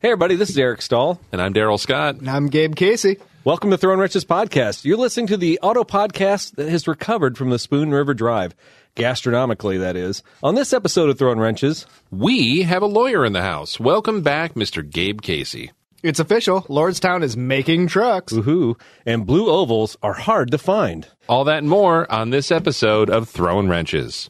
Hey, everybody, this is Eric Stahl. And I'm Daryl Scott. And I'm Gabe Casey. Welcome to Throne Wrenches Podcast. You're listening to the auto podcast that has recovered from the Spoon River Drive, gastronomically, that is. On this episode of Throne Wrenches, We have a lawyer in the house. Welcome back, Mr. Gabe Casey. It's official. Lordstown is making trucks. woohoo, and blue ovals are hard to find. All that and more on this episode of Throwing Wrenches.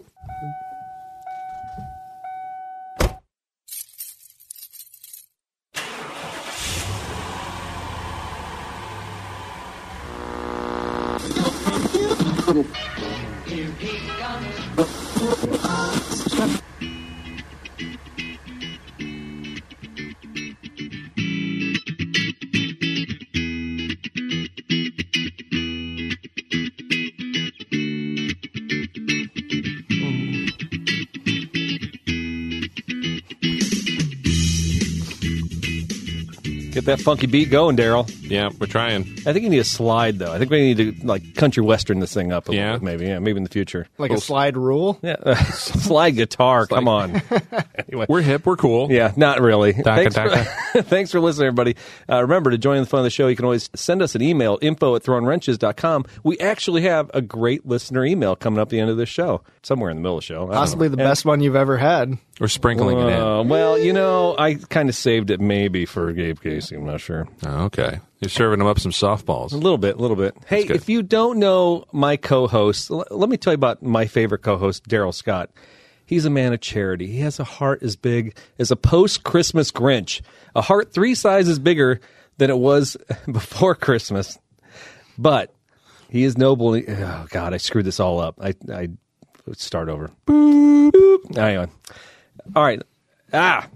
Get that funky beat going, Daryl. Yeah, we're trying. I think you need a slide, though. I think we need to, like, country western this thing up a Yeah. little bit, maybe. Yeah, maybe in the future. Like a slide rule. Yeah, slide guitar, come on. anyway. We're hip. We're cool. Yeah, not really. thanks, For, taka. thanks for listening, everybody. Uh, remember to join the fun of the show. You can always send us an email, info at throwingwrenches.com. We actually have a great listener email coming up at the end of this show, somewhere in the middle of the show. I don't Possibly know. the best one you've ever had. We're sprinkling it in. Uh, well, you know, I kind of saved it maybe for Gabe Casey. I'm not sure. Oh, okay. You're serving them up some A softballs. little bit, a little bit. Hey, good. if you don't know my co host, l- let me tell you about my favorite co host, Daryl Scott. He's a man of charity. He has a heart as big as a post Christmas Grinch, a heart three sizes bigger than it was before Christmas. But he is noble. Oh, God, I screwed this all up. I, I let's start over. Boop. Hang on. All right. Ah.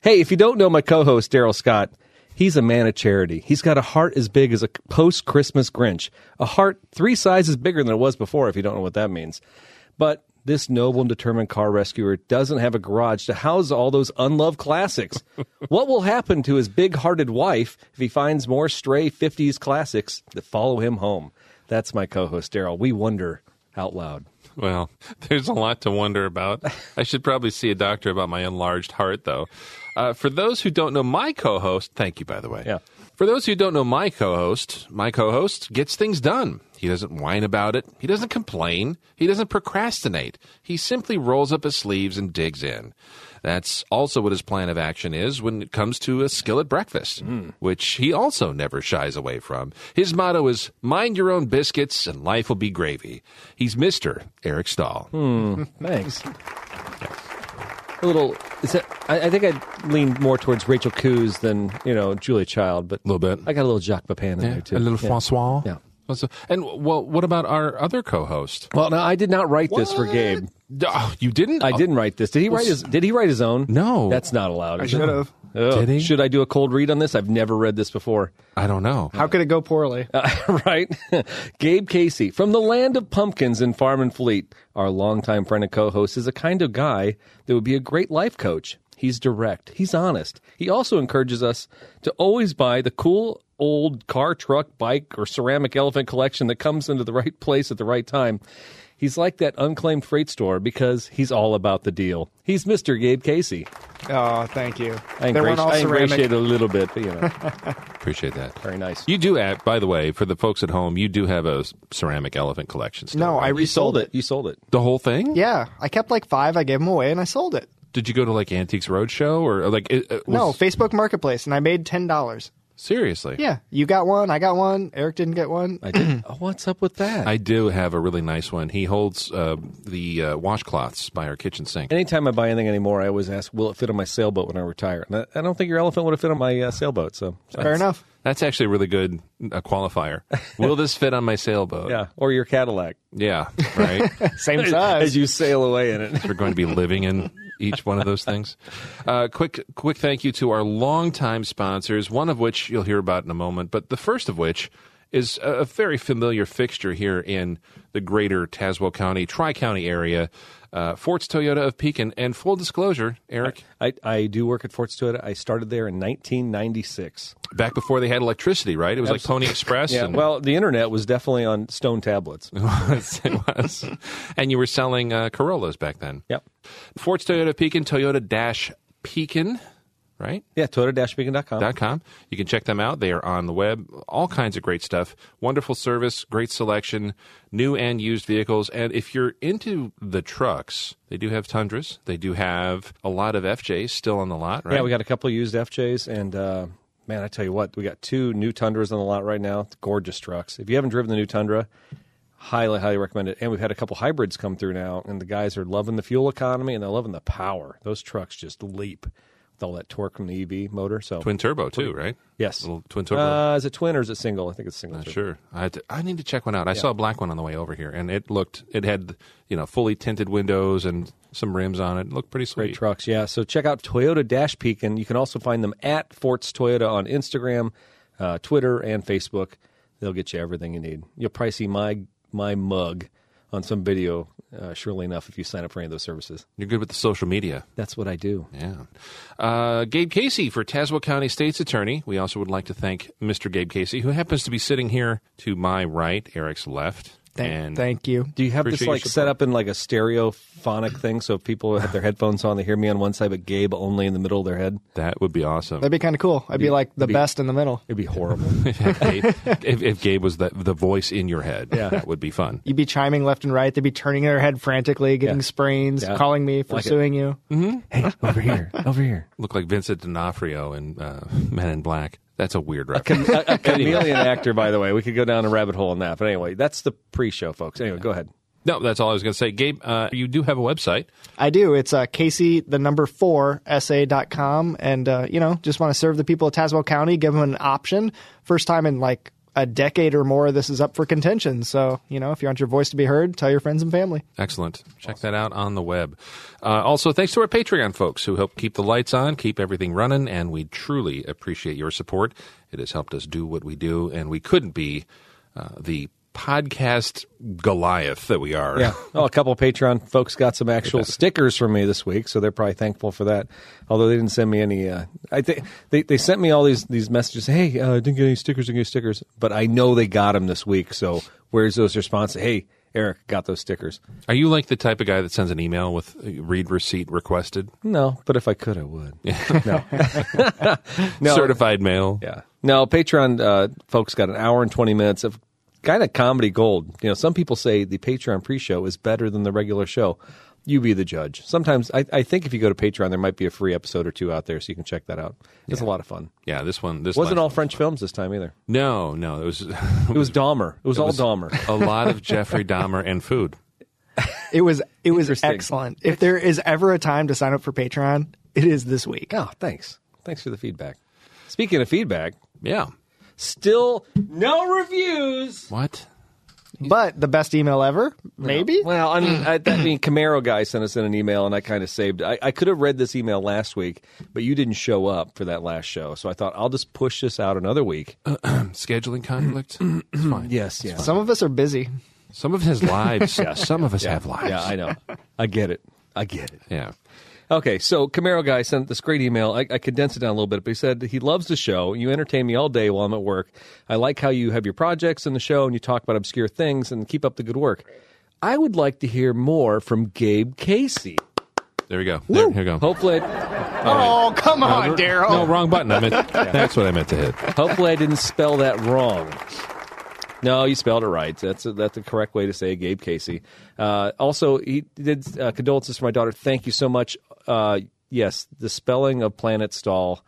Hey, if you don't know my co host, Daryl Scott, he's a man of charity. He's got a heart as big as a post Christmas Grinch, a heart three sizes bigger than it was before, if you don't know what that means. But this noble and determined car rescuer doesn't have a garage to house all those unloved classics. what will happen to his big hearted wife if he finds more stray 50s classics that follow him home? That's my co host, Daryl. We wonder out loud. Well, there's a lot to wonder about. I should probably see a doctor about my enlarged heart, though. Uh, for those who don't know my co host, thank you, by the way. Yeah. For those who don't know my co host, my co host gets things done. He doesn't whine about it, he doesn't complain, he doesn't procrastinate. He simply rolls up his sleeves and digs in. That's also what his plan of action is when it comes to a skill at breakfast, which he also never shies away from. His motto is mind your own biscuits and life will be gravy. He's Mr. Eric Stahl. Thanks. A little. Is that, I, I think I leaned more towards Rachel Coos than you know Julia Child, but Little bit. I got a little Jacques Pepin in there too. Yeah. Francois. Yeah. And well, what about our other co host? Well, no, I did not write this for Gabe. oh, you didn't? I didn't write this. Did he write his? Did he write his own? No. that's not allowed. I is it? should have. Oh, Did he? Should I do a cold read on this? I've never read this before. I don't know. How could it go poorly? right? Gabe Casey from the land of pumpkins in Farm and Fleet, our longtime friend and co-host, is a kind of guy that would be a great life coach. He's direct. He's honest. He also encourages us to always buy the cool old car, truck, bike, or ceramic elephant collection that comes into the right place at the right time. He's like that unclaimed freight store because he's all about the deal. He's Mr. Gabe Casey. oh, thank you. I, they ingrati- weren't all I ceramic. ingratiate a little bit, but you know, Appreciate that. very nice. You do have, by the way, for the folks at home, you do have a s- ceramic elephant collection. Still. No, I You resold it. You sold it. the whole thing. Yeah, I kept like five. I gave them away and I sold it. Did you go to like Antiques Roadshow or uh, like? It, it was, No, Facebook Marketplace, and I made ten dollars. seriously. Yeah, you got one. I got one. Eric didn't get one. I did. oh, what's up with that? I do have a really nice one. He holds uh, the uh, washcloths by our kitchen sink. Anytime I buy anything anymore, I always ask, will it fit on my sailboat when I retire? And I, I don't think your elephant would have fit on my uh, sailboat. So, Fair enough. That's actually a really good uh, qualifier. Will this fit on my sailboat? yeah, or your Cadillac Yeah. Right. Same as size. you sail away in it. We're going to be living in each one of those things. Uh, quick, quick thank you to our longtime sponsors, one of which you'll hear about in a moment, but the first of which is a, a very familiar fixture here in the greater Tazewell County, Tri County area. Uh, Forts Toyota of Pekin, and full disclosure, Eric, I, I do work at Fort Stewart. I started there in 1996. back before they had electricity, right? It was like Pony Express. Yeah, and- well, the internet was definitely on stone tablets. Yes, it was. and you were selling uh, Corollas back then. Yep. Ford's Toyota Pekin, Toyota Dash Pekin. right? Yeah, toyota-beacon.com. Com. You can check them out. They are on the web. All kinds of great stuff. Wonderful service, great selection, new and used vehicles. And if you're into the trucks, they do have Tundras. They do have a lot of FJs still on the lot, right? Yeah, we got a couple used FJs, and uh, man, I tell you what, we got two new Tundras on the lot right now. Gorgeous trucks. If you haven't driven the new Tundra, highly, highly recommend it. And we've had a couple hybrids come through now, and the guys are loving the fuel economy and they're loving the power. Those trucks just leap with all that torque from the EV motor. So twin turbo too, right? Yes. Little Uh, twin turbo. Uh, is it twin or is it single? I think it's single. turbo. Sure, I had to, I need to check one out. I saw a black one on the way over here, and it looked it had you know fully tinted windows and some rims on it. It looked pretty sweet. Great trucks, yeah. So check out Toyota Dash Pekin. You can also find them at Forts Toyota on Instagram, uh, Twitter, and Facebook. They'll get you everything you need. You'll probably see my my mug on some video, uh, surely enough, if you sign up for any of those services. You're good with the social media. That's what I do. Yeah. Uh, Gabe Casey for Tazewell County State's Attorney. We also would like to thank Mr. Gabe Casey, who happens to be sitting here to my right, Eric's left. Thank, and thank you. Do you have Appreciate this your like set up in like a stereophonic thing so if people have their headphones on, they hear me on one side, but Gabe only in the middle of their head? that would be awesome. That'd be kind of cool. I'd be like the be- best in the middle. It'd be horrible. if, Gabe, if, if Gabe was the, the voice in your head, yeah. that would be fun. You'd be chiming left and right. They'd be turning their head frantically, getting Yeah. sprains, Yeah. calling me, Like it. pursuing you. hey, over here, over here. Look like Vincent D'Onofrio in uh, Men in Black. That's a weird reference. A, a chameleon actor, by the way. We could go down a rabbit hole on that. But anyway, that's the pre show, folks. Anyway, go ahead. No, that's all I was going to say. Gabe, uh, you do have a website. I do. It's uh, Casey, the number four, sa.com. And, uh, you know, just want to serve the people of Tazewell County, give them an option. First time in like a decade or more, this is up for contention. So, you know, if you want your voice to be heard, tell your friends and family. Excellent. Check that out on the web. Uh, also, thanks to our Patreon folks who help keep the lights on, keep everything running, and we truly appreciate your support. It has helped us do what we do, and we couldn't be uh, the podcast Goliath that we are. Yeah. Oh, a couple Patreon folks got some actual stickers from me this week, so they're probably thankful for that. Although they didn't send me any. Uh, I think they, they sent me all these these messages. Hey, uh, didn't get any stickers. Didn't get any stickers. But I know they got them this week. So where's those responses? Hey, Eric got those stickers. Are you like the type of guy that sends an email with uh, read receipt requested? No, but if I could, I would. no. no. Certified mail? Yeah. No, Patreon uh, folks got an hour and 20 minutes of kind of comedy gold. You know, some people say the Patreon pre show is better than the regular show. You be the judge. Sometimes I, I think if you go to Patreon, there might be a free episode or two out there, so you can check that out. It's a lot of fun. Yeah, this one. This Wasn't last- all French films this time either. No, no. It was It was Dahmer. It was all Dahmer. a lot of Jeffrey Dahmer and food. It was, it was Interesting. excellent. If there is ever a time to sign up for Patreon, it is this week. Oh, thanks. Thanks for the feedback. Speaking of feedback, Yeah. still no reviews. What? But the best email ever, maybe. Well, I mean, I, that, I mean, Camaro guy sent us in an email, and I kind of saved. I, I could have read this email last week, but you didn't show up for that last show, so I thought I'll just push this out another week. Scheduling conflict? it's fine. Oh, yes, yeah, Some of us are busy. Some of his lives. Some of us have lives. yeah, I know. I get it. I get it. Yeah. Okay, so Camaro guy sent this great email. I, I condensed it down a little bit, but he said he loves the show. You entertain me all day while I'm at work. I like how you have your projects in the show and you talk about obscure things and keep up the good work. I would like to hear more from Gabe Casey. There we go. There, here we go. Hopefully, Oh, come on, Daryl. No, wrong button. I meant, That's what I meant to hit. Hopefully, I didn't spell that wrong. No, you spelled it right. That's that's the correct way to say Gabe Casey. Uh, also, he did uh, condolences for my daughter. Thank you so much. Uh, yes, the spelling of Planet Stall,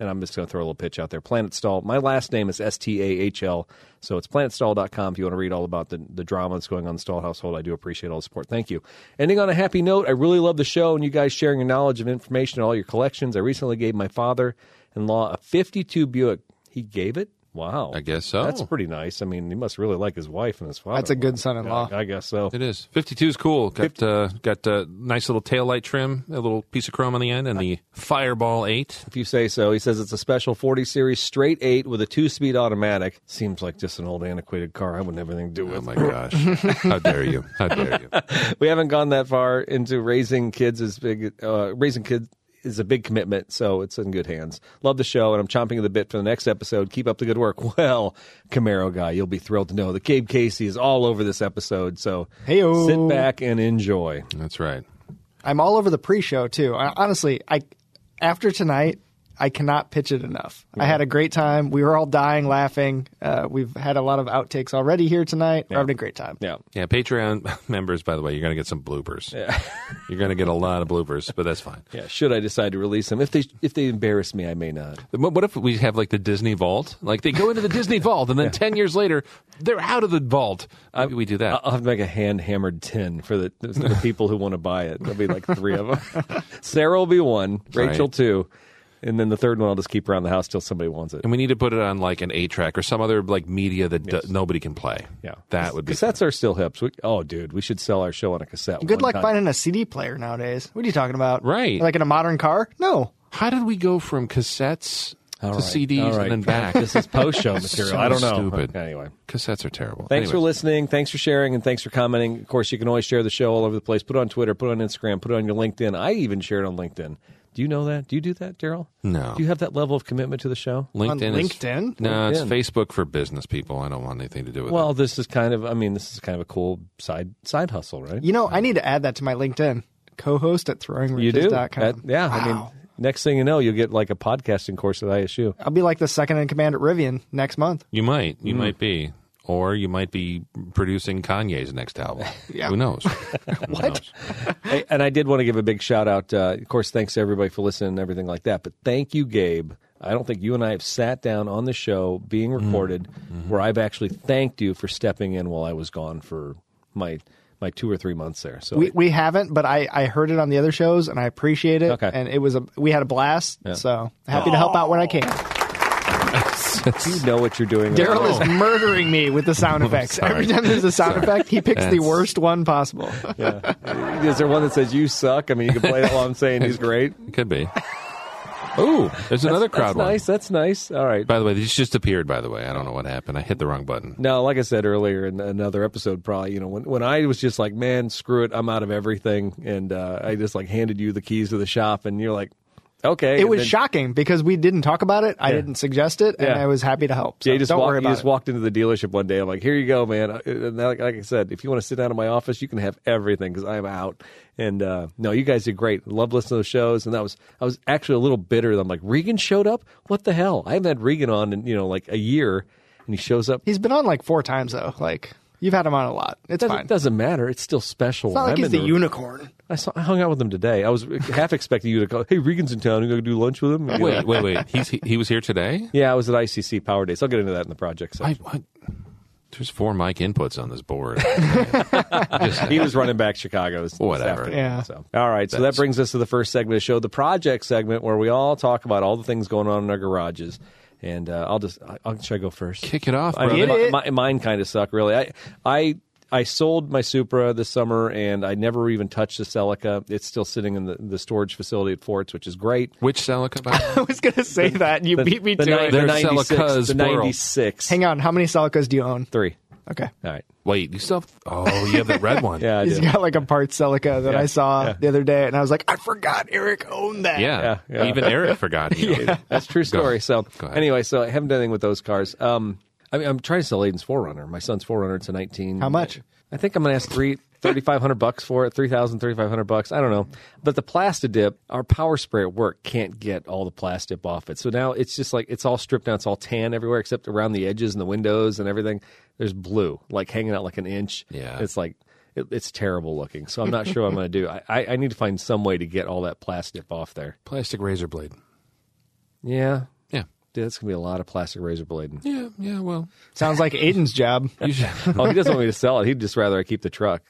and I'm just going to throw a little pitch out there. Planet Stall. My last name is S T A H L, so it's planetstall.com if you want to read all about the, the drama that's going on in the Stall household. I do appreciate all the support. Thank you. Ending on a happy note, I really love the show and you guys sharing your knowledge of information and all your collections. I recently gave my father in law a 52 Buick. He gave it? Wow. I guess so. That's pretty pretty nice. I mean, he must really like his wife and his father. That's a good son-in-law. I guess so. It is. 52 is cool. Got uh, got uh, nice little tail light trim, a little piece of chrome on the end, and the Fireball 8. If you say so, he says it's a special 40 series straight eight with a two speed automatic. Seems like just an old antiquated car. I wouldn't have anything to do with. Oh my gosh. How dare you? How dare you? we haven't gone that far into raising kids is big uh, raising kids is a big commitment so it's in good hands love the show and i'm chomping at the bit for the next episode keep up the good work well camaro guy you'll be thrilled to know that gabe casey is all over this episode so Heyo. sit back and enjoy That's right. I'm all over the pre-show too. I, honestly, I after tonight, I cannot pitch it enough. I had a great time. We were all dying laughing. Uh, we've had a lot of outtakes already here tonight. We're having a great time. Yeah. Yeah, Patreon members, by the way, you're going to get some bloopers. Yeah. you're going to get a lot of bloopers, but that's fine. Yeah. Should I decide to release them? If they if they embarrass me, I may not. What what if we have like the Disney Vault? Like they go into the Disney Vault, and then ten years later, they're out of the vault. Maybe we do that. I'll have to make a hand hammered tin for the, the people who want to buy it. There'll be like three of them. Sarah will be one, Rachel Right. two, and then the third one I'll just keep around the house till somebody wants it. and we need to put it on like an eight track or some other like media that do- nobody can play. Yeah, that would be. cassettes are still hips. We, oh, dude, we should sell our show on a cassette. one Good luck time. finding a CD player nowadays. What are you talking about? Right. Like in a modern car? No. How did we go from cassettes All to right, all CDs right. and then back? This is post show material. So I don't know. stupid. Anyway. cassettes are terrible. Thanks for Anyways. listening. Thanks for sharing, and thanks for commenting. Of course, you can always share the show all over the place. Put it on Twitter, put it on Instagram, put it on your LinkedIn. I even share it on LinkedIn. Do you know that? Do you do that, Daryl? No. Do you have that level of commitment to the show? On LinkedIn. is- LinkedIn? no, it's LinkedIn. Facebook for business people. I don't want anything to do with Well, this is kind of. I mean, this is kind of a cool side side hustle, right? You know, I need to add that to my LinkedIn. Co-host at You do. throwingriches.com. That- yeah. I mean, Wow. next thing you know, you'll get like a podcasting course at ISU. I'll be like the second in command at Rivian next month. You might. mm. You might be. Or you might be producing Kanye's next album. Yeah. Who knows? what? I- and I did want to give a big shout out. Uh, of course, thanks to everybody for listening and everything like that. But thank you, Gabe. I don't think you and I have sat down on the show being Mm-hmm. recorded where I've actually thanked you for stepping in while I was gone for my my two or three months there. So We, we haven't, but I, I heard it on the other shows and I appreciate it. Okay. And it was a we had a blast. So happy to help out when I can. you know what you're doing. right Daryl now. is murdering me with the sound effects. sorry. Every time there's a sound effect, he picks the That's- worst one possible. Is there one that says you suck? I mean, you can play that while I'm saying he's great. Could be. Ooh, there's another crowd That's one. nice. That's nice. All right. By the way, these just appeared. By the way, I don't know what happened. I hit the wrong button. No, like I said earlier in another episode, probably you know when when I was just like, man, screw it, I'm out of everything, and uh, I just like handed you the keys to the shop, and you're like, okay, It and was then- shocking because we didn't talk about it. I didn't suggest it, and Yeah. I was happy to help. So Yeah, you just, don't walk- worry you about just it. walked into the dealership one day. I'm like, here you go, man. Uh, And like, like I said, if you want to sit down in my office, you can have everything because I'm out. And uh, no, you guys did great. Love listening to those shows. And that was, I was actually a little bitter. I'm like, Regan showed up. What the hell? I haven't had Regan on in you know like a year, and he shows up. He's been on like four times though. Like you've had him on a lot. It's doesn't, fine. doesn't matter. It's still special. it's not like I'm he's in the the unicorn. I, saw, I hung out with him today. I was half expecting you to go, hey, Regan's in town. You going to do lunch with him? You know? Wait, wait, wait. He's he, he was here today. Yeah, I was at ICC Power Days. I'll get into that in the project section. I, I, there's four mic inputs on this board. he was running back Chicago's. Whatever. Yeah. So, all right. So that brings us to the first segment of the show, the project segment, where we all talk about all the things going on in our garages. And uh, I'll just, I- I'll, should I go first? Kick it off, I brother. mean, Get my, it. my- mine kind of suck, really. I, I, I sold my Supra this summer, and I never even touched the Celica. It's still sitting in the, the storage facility at Forts, which is great. Which Celica? by the I way? was gonna say that and you beat me the, to ni- it. the They're 96, Celicas, the plural. 96. Hang on, how many Celicas do you own? Three. Okay. All right. Wait, you still? Have, oh, you have the red one. Yeah, I He's do. got like a part Celica that Yeah, I saw yeah. the other day, and I was like, I forgot Eric owned that. Yeah. Oh, Yeah, yeah. Even Eric forgot. You. That's a true story. So Go ahead. anyway, so I haven't done anything with those cars. Um, I mean, I'm trying to sell Aiden's Forerunner. My son's Forerunner. It's a 19. How much? I think I'm going to ask three. 3500 bucks for it 3000 3500 bucks i don't know but the plastidip our power spray at work can't get all the plastidip off it so now it's just like it's all stripped down it's all tan everywhere except around the edges and the windows and everything there's blue like hanging out like an inch Yeah. it's like it, it's terrible looking so i'm not sure what i'm going to do I, I, I need to find some way to get all that plastidip off there Plastic razor blade. yeah Yeah. Dude, that's gonna be a lot of plastic razor blading. Yeah. Yeah. Well, Sounds like Aiden's job. you should. oh, he doesn't want me to sell it. He'd just rather I keep the truck.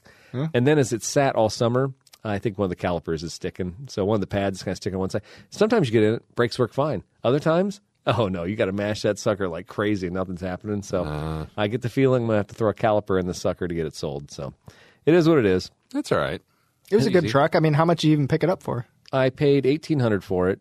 And then as it sat all summer, I think one of the calipers is sticking. So one of the pads is kind of sticking on one side. Sometimes you get in it, brakes work fine. Other times, oh no, you got to mash that sucker like crazy. Nothing's happening. So Uh. I get the feeling I'm gonna have to throw a caliper in the sucker to get it sold. So it is what it is. That's all right. It was a good Easy. truck. I mean, how much did you even pick it up for? I paid eighteen hundred for it,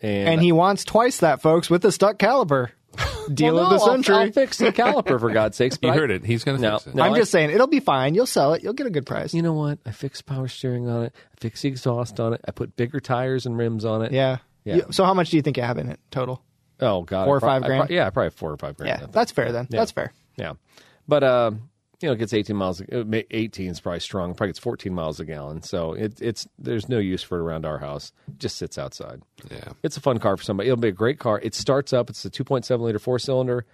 and, And he wants twice that, folks, with the stuck caliber. Deal Well, of the no, I'll- century. I'll, fix the caliper for God's sakes. but You I- heard it. He's gonna No, fix it. no. I'm I- just saying, it'll be fine. You'll sell it. You'll get a good price. you know what? I fixed power steering on it. I fixed the exhaust on it. I put bigger tires and rims on it. Yeah. Yeah. You- so how much do you think you have in it total? Oh God. Four or I prob- five I grand? prob- yeah, probably four or five grand. Yeah, that's fair then. That's fair. Yeah. But um you know, it gets 18 miles. uh, ma- 18 is probably strong. Probably gets 14 miles a gallon. So it, it's there's no use for it around our house. It just sits outside. Yeah. It's a fun car for somebody. It'll be a great car. It starts up. It's a 2.7 liter four cylinder,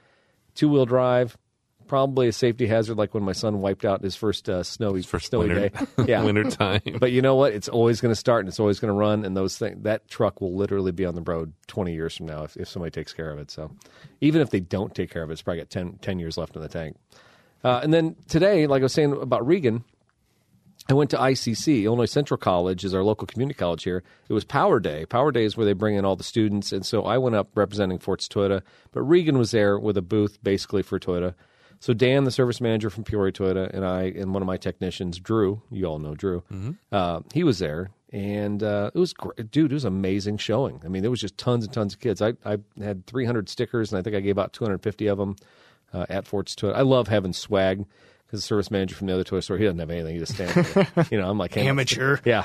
two wheel drive. Probably a safety hazard, like when my son wiped out his first uh, snowy First snowy winter, day. Yeah, winter time. but you know what? It's always going to start and it's always going to run, and those things that truck will literally be on the road twenty years from now if, if somebody takes care of it. So, even if they don't take care of it, it's probably got 10, 10 years left in the tank. Uh, and then today, like I was saying about Regan, I went to ICC, Illinois Central College is our local community college here. It was Power Day. Power Day is where they bring in all the students. And so I went up representing Forts Toyota, but Regan was there with a booth basically for Toyota. So Dan, the service manager from Peoria Toyota, and I, and one of my technicians, Drew, you all know Drew, uh, he was there. And uh, it was great. Dude, it was amazing showing. I mean, there was just tons and tons of kids. I, I had 300 stickers, and I think I gave out 250 of them uh, at Forts Toyota. I love having swag because the service manager from the other toy store, he doesn't have anything. He just stands there. you know, I'm like, hey, Amateur. yeah,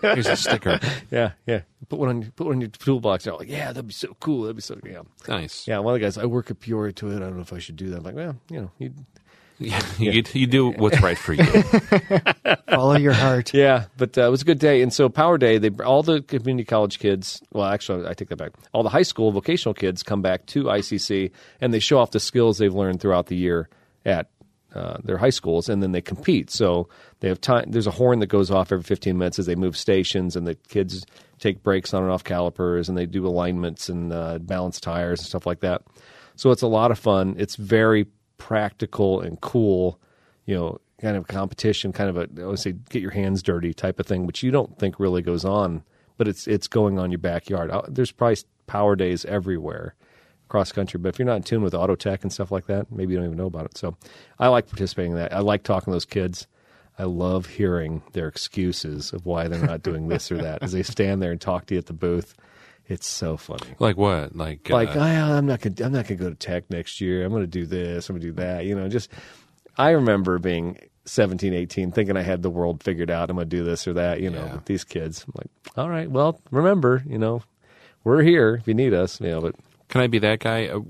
Here's a sticker. yeah, yeah. Put one on, put one in your toolbox. They're like, yeah, that'd be so cool. That'd be so, yeah. Nice. Yeah, one of the guys, I work at Peoria Toyota. I don't know if I should do that. I'm like, well, you know, you Yeah. You, you do what's right for you. Follow your heart. Yeah, but uh, it was a good day. And so Power Day, they all the community college kids. Well, actually, I take that back. All the high school vocational kids come back to ICC and they show off the skills they've learned throughout the year at uh, their high schools, and then they compete. So they have time. There's a horn that goes off every 15 minutes as they move stations, and the kids take breaks on and off calipers, and they do alignments and uh, balance tires and stuff like that. So it's a lot of fun. It's very practical and cool you know, kind of competition, kind of a I would say get your hands dirty type of thing, which you don't think really goes on, but it's it's going on your backyard. Uh, There's probably power days everywhere across country, but if you're not in tune with auto tech and stuff like that, maybe you don't even know about it. So I like participating in that. I like talking to those kids. I love hearing their excuses of why they're not doing this or that as they stand there and talk to you at the booth. It's so funny. Like what? Like, Like uh, I, I'm not gonna, I'm not gonna go to tech next year. I'm gonna do this. I'm gonna do that. You know, just I remember being 17, 18, thinking I had the world figured out. I'm gonna do this or that. You know, Yeah. with these kids. I'm like, all right, well, remember, you know, we're here if you need us. You know, but can I be that guy? Uh,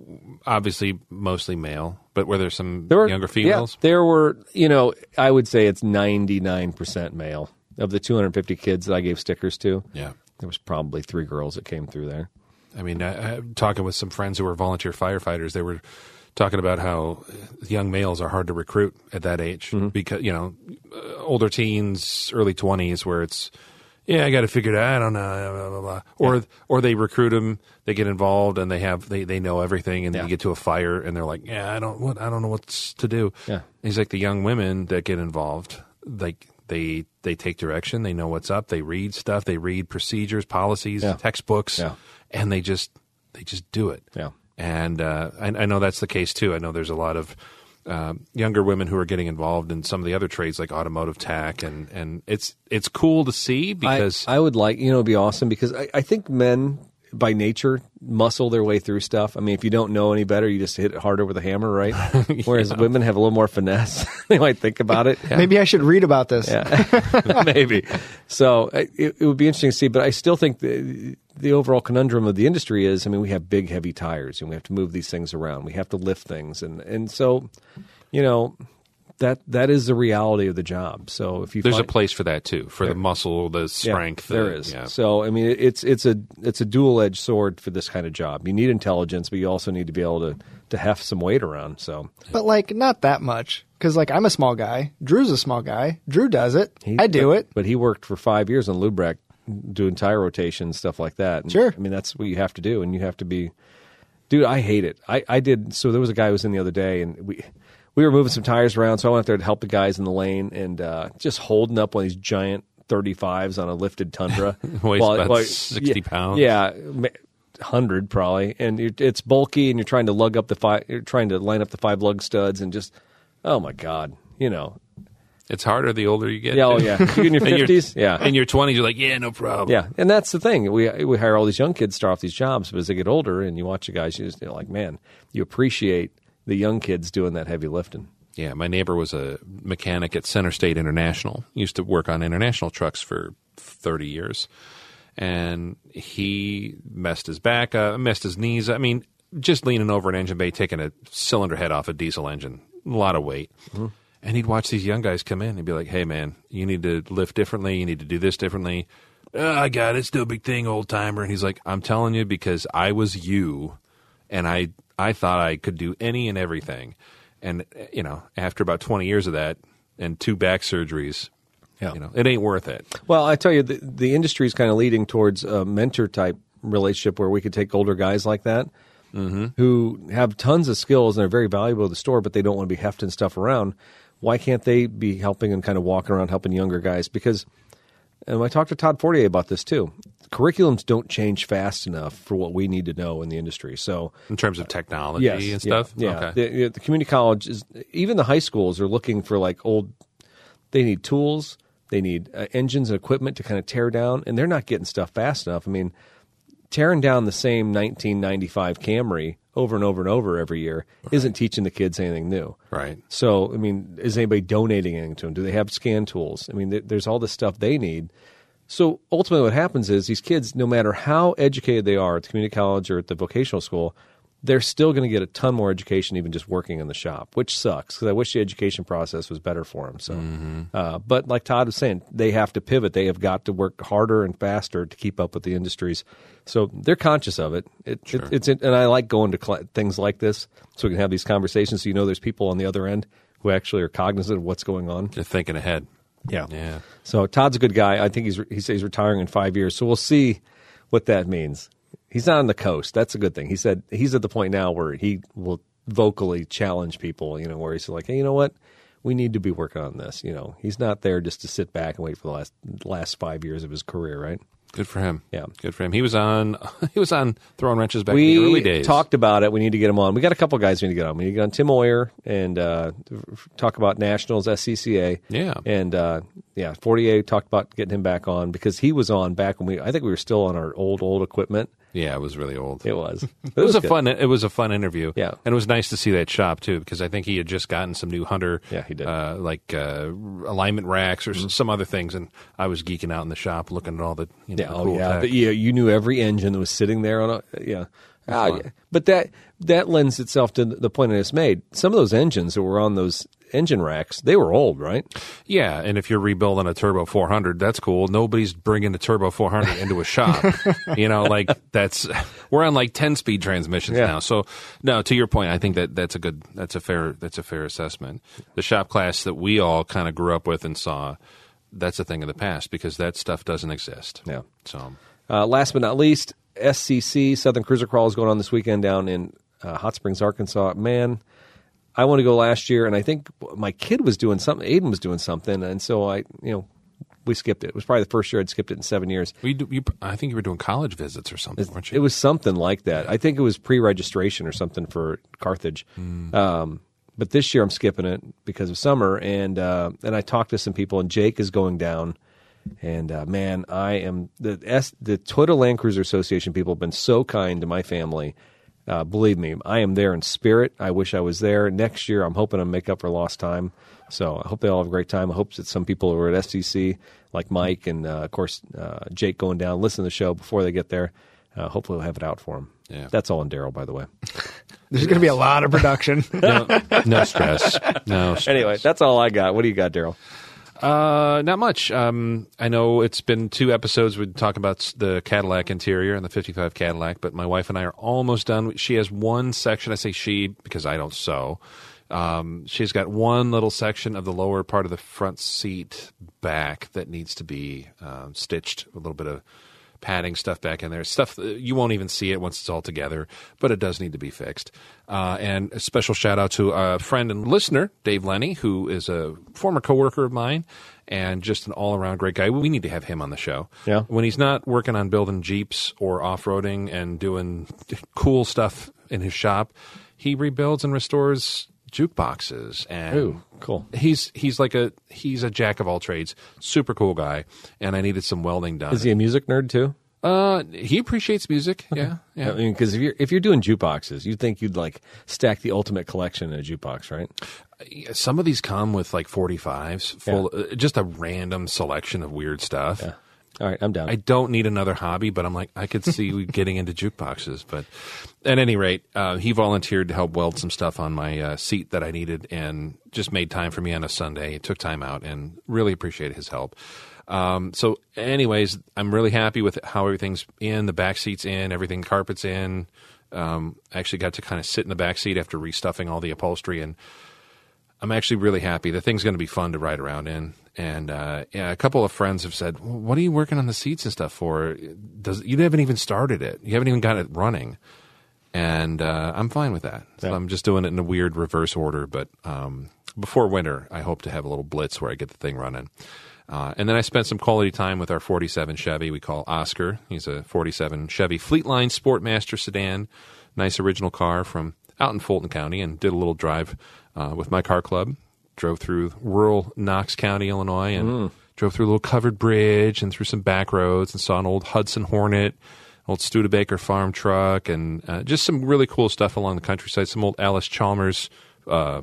obviously, mostly male, but were there some there were younger yeah, females? there were, you know, I would say it's 99 percent male of the 250 kids that I gave stickers to. Yeah. There was probably three girls that came through there. I mean, I, I, talking with some friends who were volunteer firefighters, they were talking about how young males are hard to recruit at that age Mm-hmm. because you know, uh, older teens, early twenties, where it's yeah, I got to figure it out. I don't know, blah, blah, blah. or or they recruit them, they get involved, and they have they, they know everything, and Yeah. they get to a fire, and they're like, yeah, I don't what I don't know what's to do. Yeah. he's like the young women that get involved, like. They, they take direction. They know what's up. They read stuff. They read procedures, policies, Yeah. textbooks Yeah. and they just they just do it. Yeah. And uh, I, I know that's the case too. I know there's a lot of uh, younger women who are getting involved in some of the other trades like automotive tech, and and it's it's cool to see because I, I would like you know it'd be awesome because I, I think men by nature muscle their way through stuff. I mean, if you don't know any better, you just hit it harder with a hammer, right? Whereas women have a little more finesse. they might think about it. Maybe I should read about this. Yeah. maybe. So I- it, it would be interesting to see, but I still think the, the overall conundrum of the industry is, I mean, we have big, heavy tires, and we have to move these things around. We have to lift things, and and so, you know, that that is the reality of the job. So if you there's a find, place for that too, for the muscle, the strength. yeah, there the- is. yeah. So I mean, it- it's it's a it's a dual edged sword for this kind of job. You need intelligence, but you also need to be able to to heft some weight around. So But like not that much. Because like I'm a small guy. Drew's a small guy. Drew does it. I do but, it. But he worked for five years on Lubrecht doing tire rotation stuff like that. And, Sure. I mean, that's what you have to do, and you have to be. Dude, I hate it. I, I did. So there was a guy who was in the other day, and we we were moving some tires around. So I went up there to help the guys in the lane, and uh, just holding up one of these giant thirty fives on a lifted Tundra. Weighs about 60 yeah, pounds. Yeah, ma- hundred probably, and you it's bulky, and you're trying to lug up the five. You're trying to line up the five lug studs, and just oh my god, you know. It's harder the older you get. Yeah, oh yeah. You in your In your- fifties, yeah. In your twenties, you're like, yeah, no problem. Yeah, and that's the thing. We we hire all these young kids to start off these jobs, but as they get older and you watch the guys, you just you're like, man, you appreciate the young kids doing that heavy lifting. Yeah, my neighbor was a mechanic at Center State International. He used to work on international trucks for 30 years. And he messed his back up, messed his knees. I mean, just leaning over an engine bay, taking a cylinder head off a diesel engine. A lot of weight. And he'd watch these young guys come in and be like, hey, man, you need to lift differently. You need to do this differently. "Oh, I got it. It's no big thing, old timer. And he's like, I'm telling you because I was you and I, I thought I could do any and everything. And, uh, you know, after about 20 years of that and two back surgeries, Yeah. you know, it ain't worth it. Well, I tell you, the, the industry is kind of leading towards a mentor type relationship where we could take older guys like that Mm-hmm. who have tons of skills and are very valuable to the store, but they don't want to be hefting stuff around. Why can't they be helping and kind of walking around helping younger guys? Because, and I talked to Todd Fortier about this too. Curriculums don't change fast enough for what we need to know in the industry. So, In terms of technology and stuff? yeah, yeah. Okay. The, the community college is even the high schools are looking for like old. They need tools. They need uh, engines and equipment to kind of tear down, and they're not getting stuff fast enough. I mean, tearing down the same 1995 Camry over and over and over every year isn't teaching the kids anything new. Right. So, I mean, is anybody donating anything to them? Do they have scan tools? I mean, there, there's all this stuff they need. So, ultimately, what happens is these kids, no matter how educated they are at the community college or at the vocational school, they're still going to get a ton more education even just working in the shop, which sucks because I wish the education process was better for them. So, uh, but like Todd was saying, they have to pivot. They have got to work harder and faster to keep up with the industries. So they're conscious of it. it, it it's and I like going to cl- things like this so we can have these conversations. So you know, there's people on the other end who actually are cognizant of what's going on. They're thinking ahead. Yeah. Yeah. So Todd's a good guy. I think he's he says he's retiring in five years. So we'll see what that means. He's not on the coast. That's a good thing. He said he's at the point now where he will vocally challenge people. You know, where he's like, hey, you know what? We need to be working on this. You know, he's not there just to sit back and wait for the last last five years of his career, right? Good for him. Yeah. Good for him. He was on he was on throwing wrenches back we in the early days. talked about it. We need to get him on. We got a couple guys we need to get on. We need to get on Tim Oyer and uh, f- talk about Nationals, SCCA. Yeah. And uh, yeah, 48 talked about getting him back on because he was on back when we, I think we were still on our old, old equipment. Yeah, it was really old. It was. But It was, a good. fun. It was a fun interview. Yeah. and it was nice to see that shop too because I think he had just gotten some new hunter. Yeah, he did. Mm-hmm. Uh, like uh, alignment racks or s- some other things, and I was geeking out in the shop looking at all the you know, Yeah, the oh, cool yeah. tech. But yeah, you knew every engine that was sitting there on a yeah. Ah, yeah. But that that lends itself to the point I just made. Some of those engines that were on those engine racks, they were old, right? Yeah, and if you're rebuilding a turbo 400, that's cool. Nobody's bringing a turbo 400 into a shop. you know, like that's we're on like 10 speed transmissions Yeah. now. So, no, to your point, I think that that's a good that's a fair that's a fair assessment. The shop class that we all kind of grew up with and saw that's a thing of the past because that stuff doesn't exist. Yeah. So, Uh, last but not least, SCC Southern Cruiser Crawl is going on this weekend down in uh, Hot Springs, Arkansas. Man, I want to go last year, and I think my kid was doing something. Aiden was doing something, and so I, you know, we skipped it. It was probably the first year I'd skipped it in seven years. we do, you I think you were doing college visits or something, weren't you? It was something like that. I think it was pre-registration or something for Carthage. Um, but this year I'm skipping it because of summer, and uh, and I talked to some people, and Jake is going down. And uh, man, I am the S, the Toyota Land Cruiser Association people have been so kind to my family. Uh, believe me, I am there in spirit. I wish I was there next year. I'm hoping to make up for lost time. So I hope they all have a great time. I hope that some people who are at SCC, like Mike and uh, of course uh, Jake, going down, listen to the show before they get there. Uh, hopefully, we'll have it out for them. Yeah. That's all in Daryl, by the way. There's going to be a lot of production. no, no stress. No stress. Anyway, that's all I got. What do you got, Daryl? Uh, not much. Um, I know it's been two episodes. We talk about s- the Cadillac interior and the '55 Cadillac, but my wife and I are almost done. She has one section. I say she because I don't sew. Um, she's got one little section of the lower part of the front seat back that needs to be um, stitched. A little bit of padding stuff back in there. Stuff that you won't even see it once it's all together, but it does need to be fixed. Uh, and a special shout out to a friend and listener, Dave Lenny, who is a former coworker of mine and just an all around great guy. We need to have him on the show. Yeah. When he's not working on building Jeeps or off roading and doing cool stuff in his shop, he rebuilds and restores jukeboxes and Ooh, cool. he's he's like a he's a jack of all trades super cool guy and i needed some welding done Is he a music nerd too? uh, he appreciates music. Yeah, I yeah. mean, because if you're if you're doing jukeboxes, you'd think you'd like stack the ultimate collection in a jukebox, right? Some of these come with like forty fives, full uh, just a random selection of weird stuff. All right, I'm down. I don't need another hobby, but I'm like, I could see you getting into jukeboxes. But at any rate, uh, he volunteered to help weld some stuff on my uh, seat that I needed and just made time for me on a Sunday. It took time out and really appreciate his help. Um, so, anyways, I'm really happy with how everything's in the back seats in, everything carpets in. Um, I actually got to kind of sit in the back seat after restuffing all the upholstery and I'm actually really happy. The thing's going to be fun to ride around in. And uh, yeah, a couple of friends have said, well, "What are you working on the seats and stuff for? Does you haven't even started it? You haven't even got it running." And uh, I'm fine with that. So Yeah. I'm just doing it in a weird reverse order. But um, before winter, I hope to have a little blitz where I get the thing running. Uh, and then I spent some quality time with our 47 Chevy we call Oscar. He's a 47 Chevy Fleetline Sportmaster sedan. Nice original car from out in Fulton County and did a little drive uh, with my car club. Drove through rural Knox County, Illinois, and drove through a little covered bridge and through some back roads and saw an old Hudson Hornet, old Studebaker farm truck, and uh, just some really cool stuff along the countryside. Some old Alice Chalmers uh,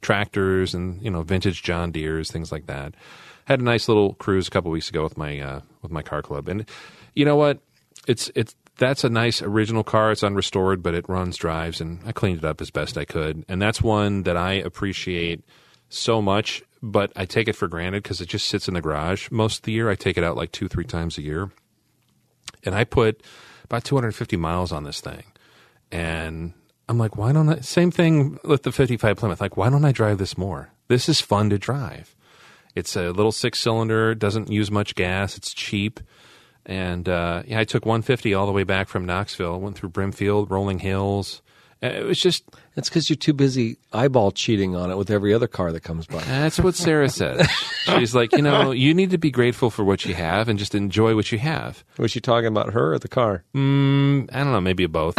tractors and you know vintage John Deeres, things like that. Had a nice little cruise a couple weeks ago with my uh, with my car club, and you know what? It's it's that's a nice original car. It's unrestored, but it runs, drives, and I cleaned it up as best I could. And that's one that I appreciate so much, but I take it for granted because it just sits in the garage most of the year. I take it out like two three times a year and I put about 250 miles on this thing. And I'm like, why don't I? Same thing with the 55 Plymouth. Like, why don't I drive this more? This is fun to drive. It's a little six cylinder, doesn't use much gas, it's cheap. And uh, yeah, I took 150 all the way back from Knoxville, went through Brimfield, Rolling Hills. And It was just That's because you're too busy eyeball cheating on it with every other car that comes by. That's what Sarah said. She's like, you know, you need to be grateful for what you have and just enjoy what you have. Was she talking about her or the car? I don't know, maybe both.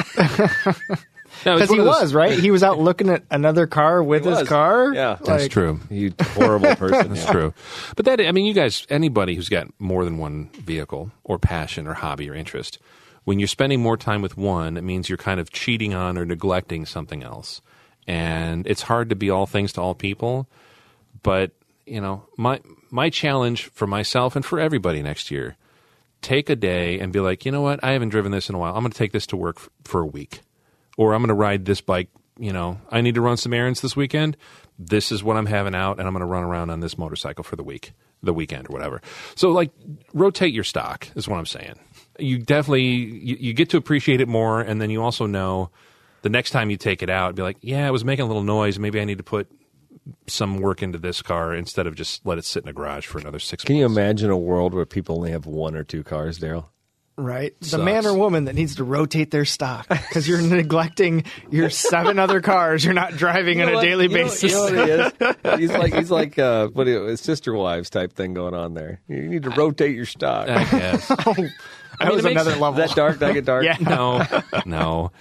No, it's Because one he of those- was, right? He was out looking at another car with his was. car. Yeah. That's Like, true. You horrible person. That's true. But that, I mean, you guys, anybody who's got more than one vehicle or passion or hobby or interest, when you're spending more time with one, it means you're kind of cheating on or neglecting something else. And it's hard to be all things to all people. But, you know, my, my challenge for myself and for everybody next year take a day and be like, you know what? I haven't driven this in a while. I'm going to take this to work f- for a week, or I'm going to ride this bike. You know, I need to run some errands this weekend. This is what I'm having out, and I'm going to run around on this motorcycle for the week, the weekend, or whatever. So, like, rotate your stock is what I'm saying. You definitely you, you get to appreciate it more, and then you also know the next time you take it out, be like, yeah, it was making a little noise. Maybe I need to put some work into this car instead of just let it sit in a garage for another six. Can you months. imagine a world where people only have one or two cars, Daryl? Right. The Sucks. man or woman that needs to rotate their stock because you're neglecting your seven other cars you're not driving on a daily basis. You know what he is? He's like he's like uh, what do you- sister wives type thing going on there. You need to rotate your stock. I guess. Oh. that was another level. Is that dark? Did I get dark? Yeah. no, no.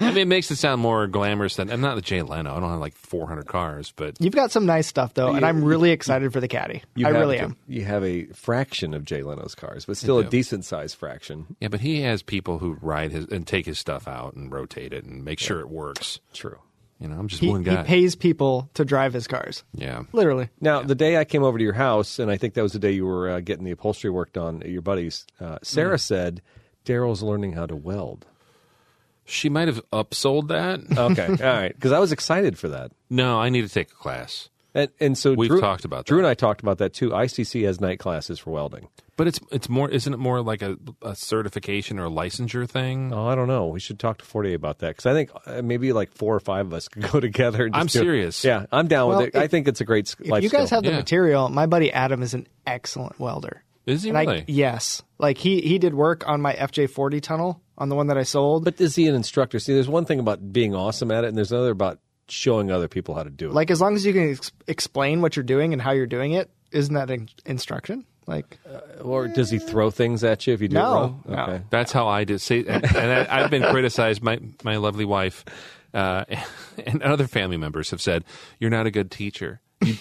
I mean, it makes it sound more glamorous than I'm not the Jay Leno. I don't have like 400 cars, but You've got some nice stuff though, and I'm really excited for the caddy. You I have really J- am. You have a fraction of Jay Leno's cars, but still a do. decent sized fraction. yeah. But he has people who ride his and take his stuff out and rotate it and make sure it works. True. You know, I'm just He, one he guy. pays people to drive his cars. yeah, Literally. Now, the day I came over to your house, and I think that was the day you were uh, getting the upholstery worked on at your buddy's, uh, Sarah said, Daryl's learning how to weld. she might have upsold that. Uh, Okay. All right. Because I was excited for that. no, I need to take a class, And, and so We've Drew, talked about Drew that. and I talked about that too. ICC has night classes for welding. but it's it's more isn't it more like a, a certification or a licensure thing? Oh, I don't know. We should talk to Forty about that because I think uh, maybe like four or five of us could go together. And just I'm do it. serious. Yeah, I'm down Well, with it. if- I think it's a great s- If life you guys skill. have the Yeah. material, my buddy Adam is an excellent welder. Is he And really? I, yes. Like he he did work on my FJ40 tunnel on the one that I sold. But is he an instructor? See, there's one thing about being awesome at it, and there's another about showing other people how to do it. like as long as you can ex- explain what you're doing and how you're doing it, isn't that in- instruction? Like or does he throw things at you if you do it No, wrong? no. That's how I did. See, and, and I, I've been criticized. My my lovely wife uh, and other family members have said, "You're not a good teacher. You,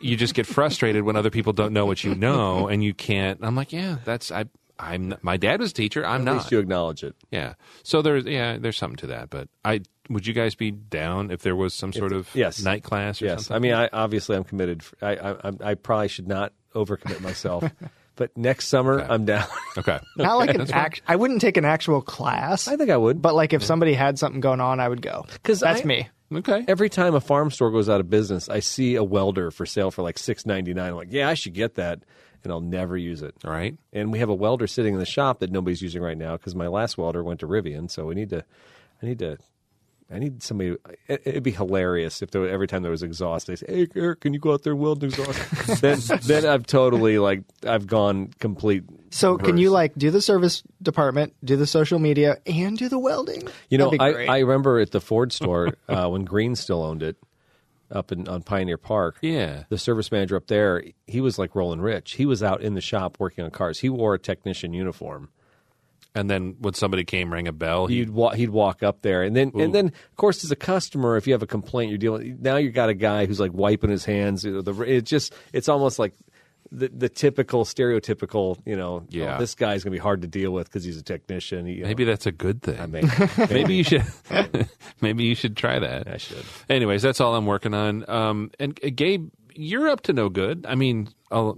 you just get frustrated when other people don't know what you know, and you can't." I'm like, "Yeah, that's I. I'm my dad was a teacher. I'm At not. least you acknowledge it. yeah. So there's yeah, there's something to that. But I would you guys be down if there was some sort of yes. night class or Yes, something? I mean, I obviously I'm committed. For, I, I I'm- I probably should not overcommit myself, But next summer, Okay. I'm down. Okay. Not like an act. I wouldn't take an actual class. I think I would. But like if somebody had something going on, I would go. 'Cause that's I- me. Okay. every time a farm store goes out of business, I see a welder for sale for like six ninety nine. I'm like, yeah, I should get that, and I'll never use it. All right. And we have a welder sitting in the shop that nobody's using right now because my last welder went to Rivian. So we need to, I need to, I need somebody. It, it'd be hilarious if there, every time there was exhaust, they say, "Hey, Eric, can you go out there and weld an exhaust?" then, then I've totally like I've gone complete. So can you reverse. like do the service department, do the social media, and do the welding? You know, That'd be I, great. I remember at the Ford store uh, when Green still owned it up in on Pioneer Park. Yeah. the service manager up there, he was like rolling rich. He was out in the shop working on cars. He wore a technician uniform. And then when somebody came, rang a bell. He, He'd wa- he'd walk up there, and then and then of course as a customer, if you have a complaint, you're dealing. Now you got a guy who's like wiping his hands. You know, the, it's just it's almost like the the typical stereotypical. You know, Yeah. "Oh, this guy's gonna be hard to deal with because he's a technician. He, you know, maybe that's a good thing. I mean, maybe you should maybe you should try that I should. anyways that's all i'm working on um and uh, gabe you're up to no good i mean a,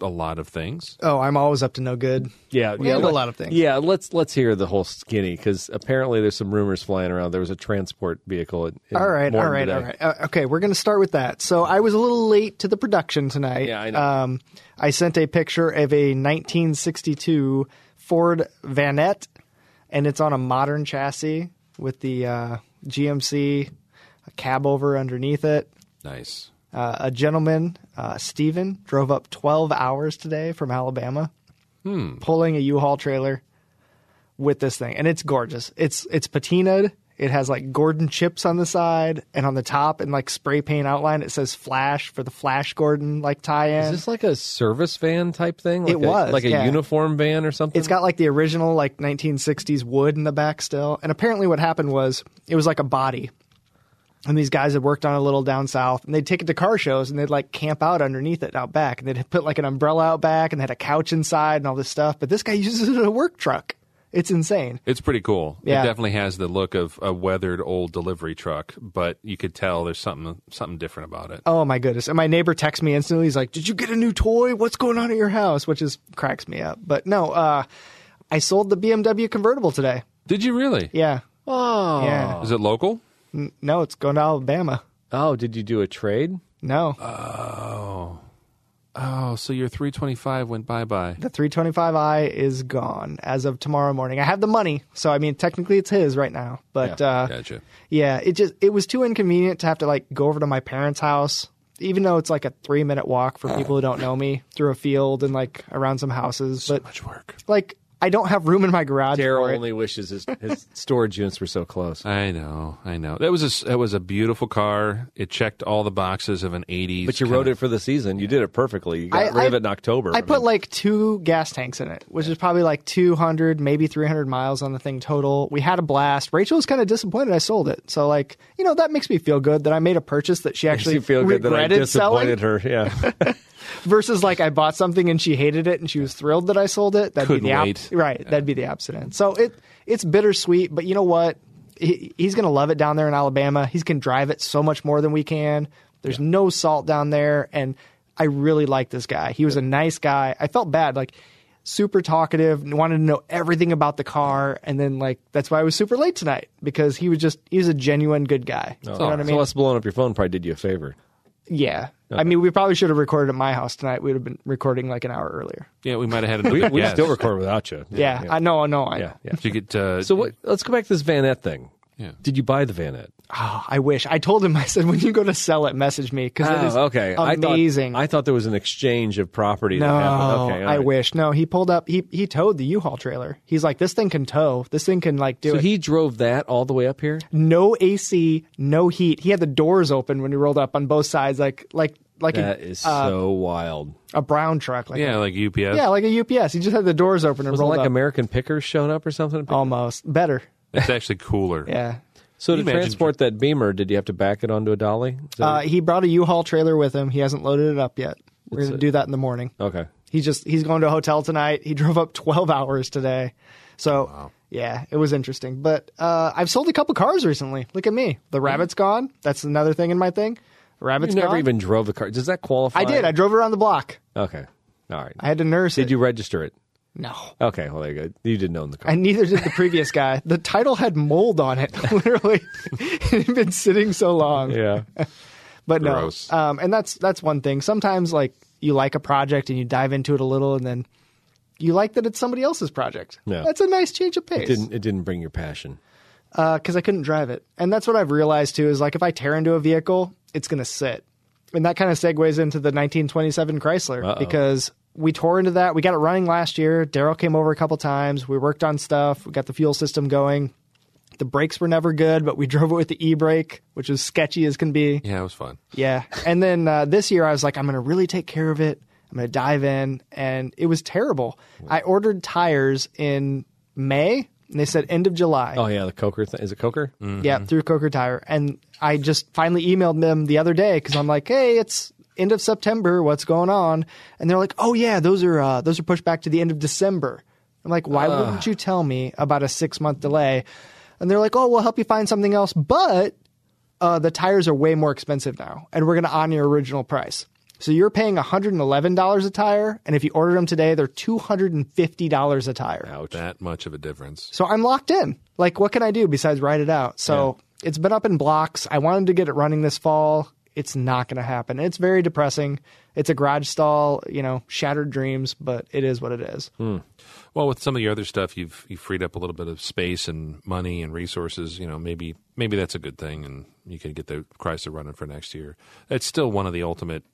a lot of things oh, I'm always up to no good. Yeah, We yeah, have a let- lot of things. Yeah, let's let's hear the whole skinny because apparently there's some rumors flying around. There was a transport vehicle. In, in All right, all Morton right, today. all right. Uh, okay, we're going to start with that. So I was a little late to the production tonight. Yeah, I know. Um, I sent a picture of a 1962 Ford Vanette, and it's on a modern chassis with the uh, GMC cab over underneath it. nice Uh, a gentleman, uh, Steven, drove up 12 hours today from Alabama, Hmm. pulling a U-Haul trailer with this thing, and it's gorgeous. It's it's patinaed. It has like Gordon chips on the side and on the top, and like spray paint outline. It says Flash for the Flash Gordon like Is tie-in. this like a service van type thing? Like It a, was, like a yeah. uniform van or something. It's got like the original like 1960s wood in the back still. And apparently what happened was it was like a body. And these guys had worked on it a little down south and they'd take it to car shows and they'd like camp out underneath it out back and they'd put like an umbrella out back and they had a couch inside and all this stuff. But this guy uses it as a work truck. It's insane. it's pretty cool Yeah. it definitely has the look of a weathered old delivery truck but you could tell there's something something different about it Oh my goodness. And my neighbor texts me instantly. He's like, Did you get a new toy? What's going on at your house? Which is cracks me up. But no, uh, I sold the BMW convertible today. did you really Yeah. oh, Yeah. is it local No, it's going to Alabama. oh, did you do a trade? No. oh so your 325 went bye-bye The 325i is gone as of tomorrow morning. I have the money, so I mean technically it's his right now. But yeah. uh gotcha yeah, it just it was too inconvenient to have to like go over to my parents' house, even though it's like a 3-minute walk for people who don't know me through a field and like around some houses, but much work like I don't have room in my garage for Daryl it. only wishes his, his storage units were so close. I know, I know. That was a s- that was a beautiful car. It checked all the boxes of an '80s. But you kinda- rode it for the season. You did it perfectly. You got I- rid of I- it in October. I mean, put like two gas tanks in it, which is probably like 200, maybe 300 miles on the thing total. We had a blast. Rachel was kind of disappointed I sold it. So, like, you know, that makes me feel good that I made a purchase that she actually you feel good that I regretted disappointed selling her. Yeah, versus like I bought something and she hated it and she was thrilled that I sold it. That'd Couldn't be the op- wait. Right. That'd be the opposite. So it it's bittersweet, but you know what? He, he's going to love it down there in Alabama. He's going to drive it so much more than we can. There's no salt down there. And I really like this guy. He was a nice guy. I felt bad. Like, super talkative and wanted to know everything about the car and then like that's why i was super late tonight because he was just he was a genuine good guy Oh. you know what i mean Oh. So us blowing up your phone probably did you a favor. yeah. I mean, we probably should have recorded at my house tonight. We'd have been recording like an hour earlier. Yeah, we might have had another We, we guest. still record without you. Yeah. I know. I know. I, yeah, know. yeah. You get uh, So what, let's go back to this Vanette thing. Yeah. Did you buy the Vanette? Oh, I wish. I told him, I said, when you go to sell it, message me because it is Oh, okay. amazing. I thought, I thought there was an exchange of property. no, that happened. Okay, all I right. wish. No, he pulled up. He he towed the U-Haul trailer. He's like, this thing can tow. This thing can like do So it. he drove that all the way up here. no AC, no heat. He had the doors open when he rolled up on both sides, like like like That a, is uh, so wild. a brown truck. Like yeah, like UPS. yeah, like a UPS. He just had the doors open and Was it rolled like up. American Pickers showing up or something? Almost better. it's actually cooler. Yeah. so to you imagine- transport that Beamer, did you have to back it onto a dolly? Is that- Uh, he brought a U-Haul trailer with him. He hasn't loaded it up yet. We're gonna do that in the morning. okay. He just he's going to a hotel tonight. He drove up 12 hours today, Oh, so yeah, it was interesting. But uh, I've sold a couple cars recently. Look at me. The rabbit's gone. That's another thing in my thing. Rabbit's Mm-hmm. You never gone. even drove the car. Does that qualify? I did. I drove around the block. okay. All right. I had to nurse Did it. you register it? No. Okay. Well, there you go. You didn't own the car. And neither did the previous guy. The title had mold on it, literally. it had been sitting so long. yeah. But no. Gross. Um, and that's that's one thing. Sometimes like you like a project and you dive into it a little and then you like that it's somebody else's project. Yeah. That's a nice change of pace. It didn't it didn't bring your passion. because I couldn't drive it. And that's what I've realized too is like if I tear into a vehicle, it's going to sit. And that kind of segues into the 1927 Chrysler because we tore into that. We got it running last year. Daryl came over a couple times. We worked on stuff. We got the fuel system going. The brakes were never good, but we drove it with the e brake, which was sketchy as can be. Yeah, it was fun. Yeah. And then uh, this year I was like, I'm going to really take care of it. I'm going to dive in. And it was terrible. I ordered tires in May, and they said end of July. Oh yeah, the Coker thing. Is it Coker? Yeah, through Coker Tire. And I just finally emailed them the other day because I'm like, hey, it's end of September. What's going on? And they're like, oh yeah, those are uh, those are pushed back to the end of December. I'm like, why wouldn't you tell me about a six month delay? And they're like, oh, we'll help you find something else, but uh, the tires are way more expensive now, and we're going to honor your original price. So you're paying $111 a tire, and if you order them today, they're $250 a tire. Ouch. That much of a difference. So I'm locked in. Like, what can I do besides write it out? So it's been up in blocks. I wanted to get it running this fall. It's not going to happen. It's very depressing. It's a garage stall, you know, shattered dreams, but it is what it is. Well, with some of your other stuff, you've you freed up a little bit of space and money and resources. You know, maybe maybe that's a good thing, and you can get the Chrysler running for next year. That's still one of the ultimate.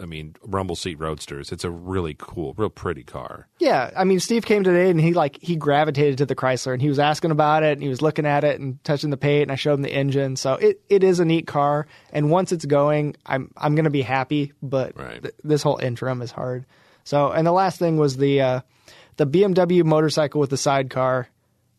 I mean, rumble seat roadsters. It's a really cool, real pretty car. Yeah, I mean, Steve came today and he like he gravitated to the Chrysler and he was asking about it and he was looking at it and touching the paint and I showed him the engine. So it, it is a neat car and once it's going, I'm I'm gonna be happy. But Right. th- this whole interim is hard. So and the last thing was the uh, the BMW motorcycle with the sidecar.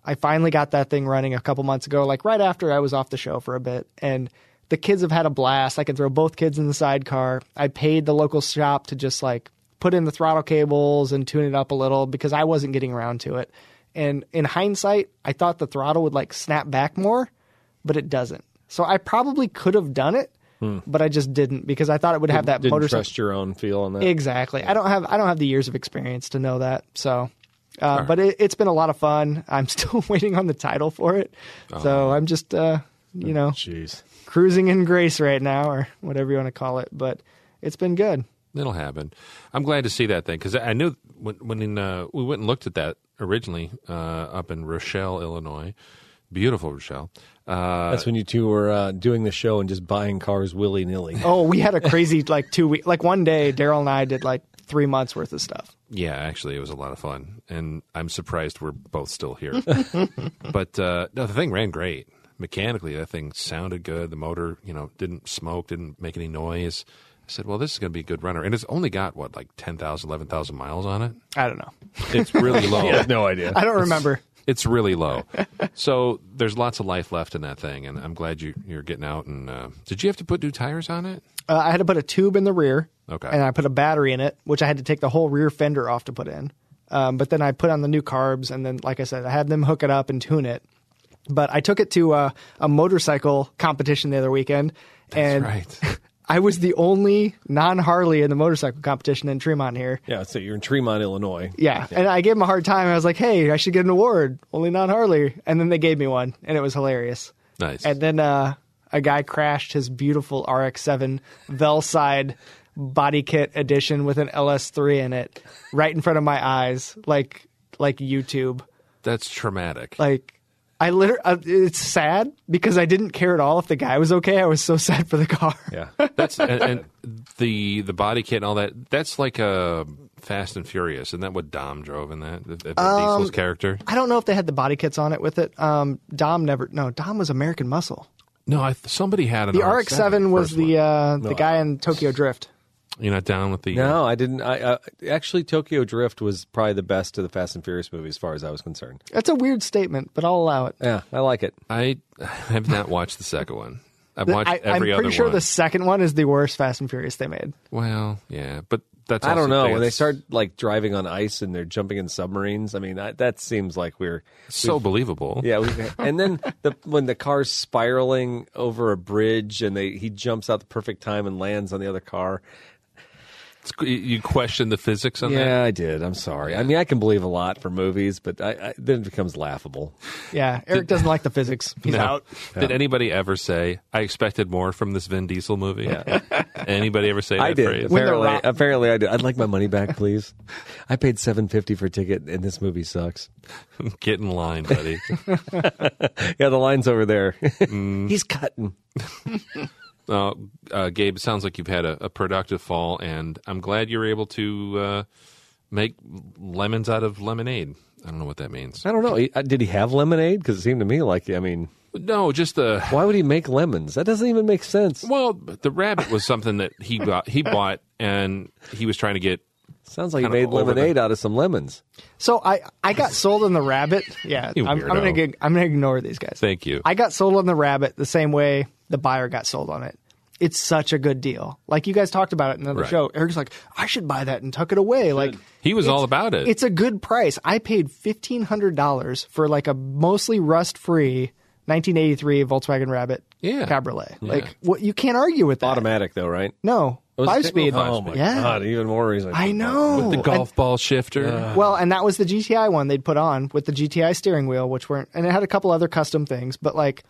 I finally got that thing running a couple months ago, like right after I was off the show for a bit. And the kids have had a blast. I can throw both kids in the sidecar. I paid the local shop to just like put in the throttle cables and tune it up a little because I wasn't getting around to it. And in hindsight, I thought the throttle would like snap back more, but it doesn't. So I probably could have done it, but I just didn't because I thought it would have that Hmm. Didn't motorcycle trust your own feel on that. Exactly. I don't have I don't have the years of experience to know that. So, uh, but it, it's been a lot of fun. I'm still waiting on the title for it. So I'm just uh, you know Jeez. cruising in grace right now, or whatever you want to call it. But it's been good. It'll happen. I'm glad to see that thing because I I knew when, when in, uh, we went and looked at that originally uh, up in Rochelle, Illinois. Beautiful Rochelle. Uh, That's when you two were uh, doing the show and just buying cars willy nilly. Oh, we had a crazy like two week like one day. Daryl and I did like three months worth of stuff. yeah, actually, it was a lot of fun, and I'm surprised we're both still here. but uh, no, the thing ran great mechanically. That thing sounded good. The motor, you know, didn't smoke, didn't make any noise. I said, "Well, this is going to be a good runner," and it's only got what like 10,000, 11,000 miles on it. I don't know. It's really low. no idea. I don't remember. It's really low. so there's lots of life left in that thing, and I'm glad you, you're getting out. And uh, did you have to put new tires on it? Uh, I had to put a tube in the rear. Okay. And I put a battery in it, which I had to take the whole rear fender off to put in. Um, but then I put on the new carbs, and then, like I said, I had them hook it up and tune it. But I took it to uh, a motorcycle competition the other weekend, and right. I was the only non Harley in the motorcycle competition in Tremont here. Yeah, so you're in Tremont, Illinois. Yeah. And I gave him a hard time. I was like, hey, I should get an award, only non Harley. And then they gave me one, and it was hilarious. Nice. And then uh, a guy crashed his beautiful RX-7 Velside body kit edition with an LS3 in it, right in front of my eyes, like like YouTube. That's traumatic. Like I literally, uh, it's sad because I didn't care at all if the guy was okay. I was so sad for the car. Yeah. that's and, and the the body kit and all that. That's like a Fast and Furious, isn't that what Dom drove in that? The, the Um, Diesel's character. I don't know if they had the body kits on it with it. Um, Dom never. No, Dom was American Muscle. No, I, th- somebody had an The RX-7 was first one. the uh, the guy in Tokyo Drift. You're not down with the No, I didn't. I uh, actually Tokyo Drift was probably the best of the Fast and Furious movie, as far as I was concerned. That's a weird statement, but I'll allow it. Yeah, I like it. I have not watched the second one. I've watched I, every I'm other pretty sure one. the second one is the worst Fast and Furious they made. Well, yeah, but that's I also don't know big. when they It's start like driving on ice and they're jumping in submarines. I mean, I, that seems like we're so believable. yeah. We, and then the, when the car's spiraling over a bridge and they he jumps out the perfect time and lands on the other car. It's- You question the physics on that? Yeah, I did. I'm sorry. I mean, I can believe a lot for movies, but I, I, then it becomes laughable. Yeah, Eric doesn't like the physics. He's No. out. Did anybody ever say, I expected more from this Vin Diesel movie? anybody ever say that I did. phrase? When they're Apparently, rock- apparently, I did. I'd like my money back, please. I paid seven fifty for a ticket, and this movie sucks. Get in line, buddy. Yeah, the line's over there. He's cutting. uh, uh, Gabe, sounds like you've had a, a productive fall, and I'm glad you're able to uh, make lemons out of lemonade. I don't know what that means. I don't know. He- uh, Did he have lemonade? Because it seemed to me like I mean, No, just the why would he make lemons? That doesn't even make sense. well, the rabbit was something that he got. He bought, and he was trying to get. Sounds like he Kind made of over the- lemonade out of some lemons. So I, I got sold on the rabbit. Yeah, You I'm, I'm weirdo. gonna gig- I'm gonna ignore these guys. Thank you. I got sold on the rabbit the same way the buyer got sold on it. It's such a good deal. Like you guys talked about it in another Right. show. Eric's like, I should buy that and tuck it away. Like He was it's- all about it. It's a good price. I paid fifteen hundred dollars for like a mostly rust free 1983 Volkswagen Rabbit Yeah. Cabriolet. Like what you can't argue with that. Automatic though, right? No, five speed. Oh my yeah, god! Even more reason. I know. Uh-huh. the golf ball shifter. Well, and that was the GTI one they'd put on with the GTI steering wheel, which weren't, and it had a couple other custom things. But like,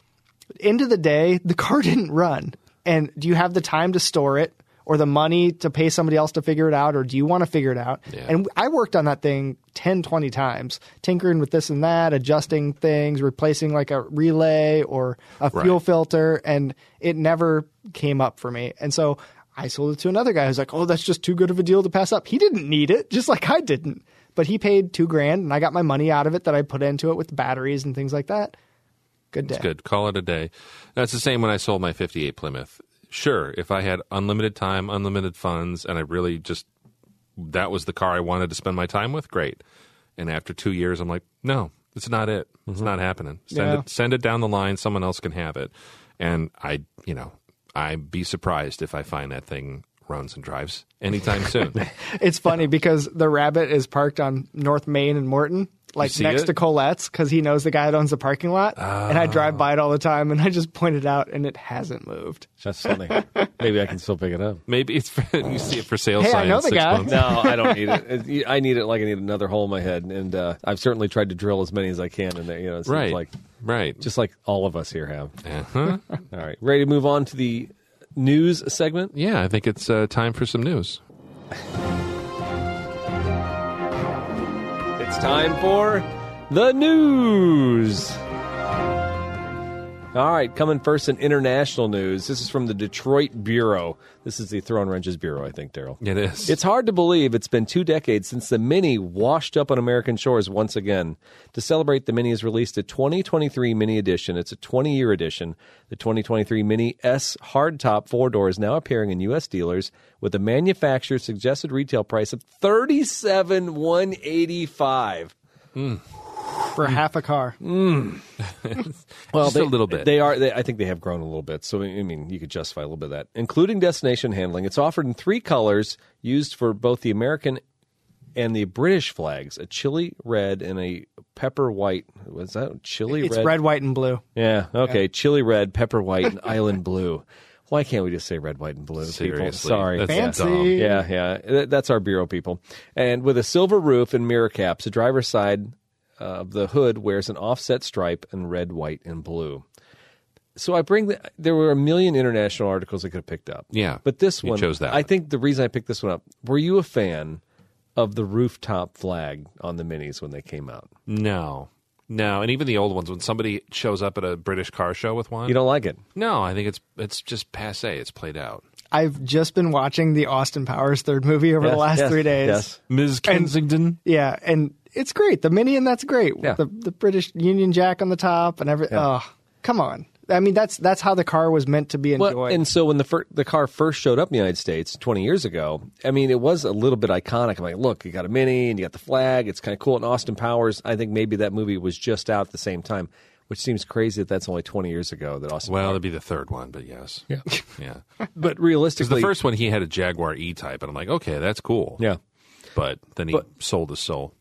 end of the day, the car didn't run. And do you have the time to store it, or the money to pay somebody else to figure it out, or do you want to figure it out? Yeah. And I worked on that thing 10, 20 times, tinkering with this and that, adjusting things, replacing like a relay or a fuel filter, and it never came up for me. And so. I sold it to another guy who's like, "Oh, that's just too good of a deal to pass up." He didn't need it, just like I didn't. But he paid two grand, and I got my money out of it that I put into it with batteries and things like that. Good day. It's good. Call it a day. That's the same when I sold my 58 Plymouth. Sure, if I had unlimited time, unlimited funds, and I really just that was the car I wanted to spend my time with, great. And after two years, I'm like, no, it's not it. It's not happening. Send Mm-hmm. Yeah. it, send it down the line. Someone else can have it. And I, you know, I'd be surprised if I find that thing runs and drives anytime soon. It's funny because the rabbit is parked on North Main and Morton, like see next it? to Colette's, because he knows the guy that owns the parking lot. And Ah. I drive by it all the time, and I just point it out, and it hasn't moved. That's funny. Maybe I can still pick it up. Maybe it's you see it for sale Hey, I sign in know the six guy. months. No, I don't need it. It- I need it like I need another hole in my head, and uh, I've certainly tried to drill as many as I can in there. You know, it's Right, like right. just like all of us here have. Uh-huh. All right, ready to move on to the news segment. Yeah, I think it's uh, time for some news. It's time for the news. All right, coming first in international news. This is from the Detroit Bureau. This is the Throne Wrenches Bureau, I think, Daryl. It is. It's hard to believe it's been two decades since the Mini washed up on American shores once again. To celebrate, the Mini has released a 2023 Mini Edition. It's a 20 year edition. The 2023 Mini S hardtop four door is now appearing in U.S. dealers with a manufacturer's suggested retail price of 37185 Hmm. For half a car. Well, Just a little bit. They are. They, I think they have grown a little bit. So I mean, you could justify a little bit of that, including destination handling. It's offered in three colors, used for both the American and the British flags: a chili red and a pepper white. Was that chili It's red? red, white, and blue. Yeah. Okay. Chili red, pepper white, and island blue. Why can't we just say red, white, and blue? people? Seriously, Sorry. that's Fancy. dumb. Yeah, yeah. Th- That's our bureau people. And with a silver roof and mirror caps, the driver's side of the hood wears an offset stripe in red, white, and blue. So I bring the, there were a million international articles I could have picked up. Yeah, But this you one, chose that I one. think the reason I picked this one up, were you a fan of the rooftop flag on the minis when they came out? No, no, and even the old ones. When somebody shows up at a British car show with one, You don't like it? no, I think it's it's just passe. It's played out. I've just been watching the Austin Powers third movie over the Yes, last yes, three days. yes. Ms. Kensington. Yeah, and it's great. The Mini and that's great. Yeah. The the British Union Jack on the top and everything. Oh, come on. I mean, that's that's how the car was meant to be enjoyed. Well, and so when the fir- the car first showed up in the United States 20 years ago, I mean, it was a little bit iconic. I'm like, look, you got a mini and you got the flag. It's kind of cool. And Austin Powers, I think maybe that movie was just out at the same time, which seems crazy that that's only 20 years ago that Austin. Well, that'd be the third one, but yes, yeah, yeah. but Because the realistically, first one he had a Jaguar E Type, and I'm like, okay, that's cool. yeah. but then he sold his soul,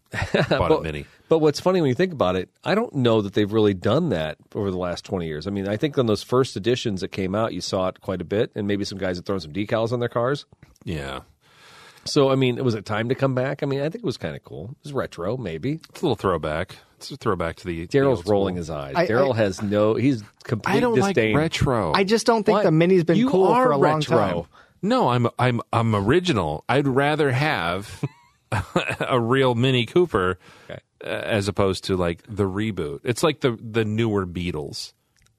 bought a mini. But what's funny when you think about it, I don't know that they've really done that over the last 20 years. I mean, I think on those first editions that came out, you saw it quite a bit, and maybe some guys had thrown some decals on their cars. Yeah. So I mean, was it time to come back? I mean, I think it was kind of cool. It was retro, maybe. It's a little throwback. It's a throwback to the the old Daryl's school. rolling his eyes. I- Daryl I- has no. He's complete I don't disdain. like retro. I just don't think What? the mini's been You cool are for a long retro. time. No, I'm I'm I'm original. I'd rather have a real Mini Cooper uh, as opposed to like the reboot. It's like the the newer Beatles.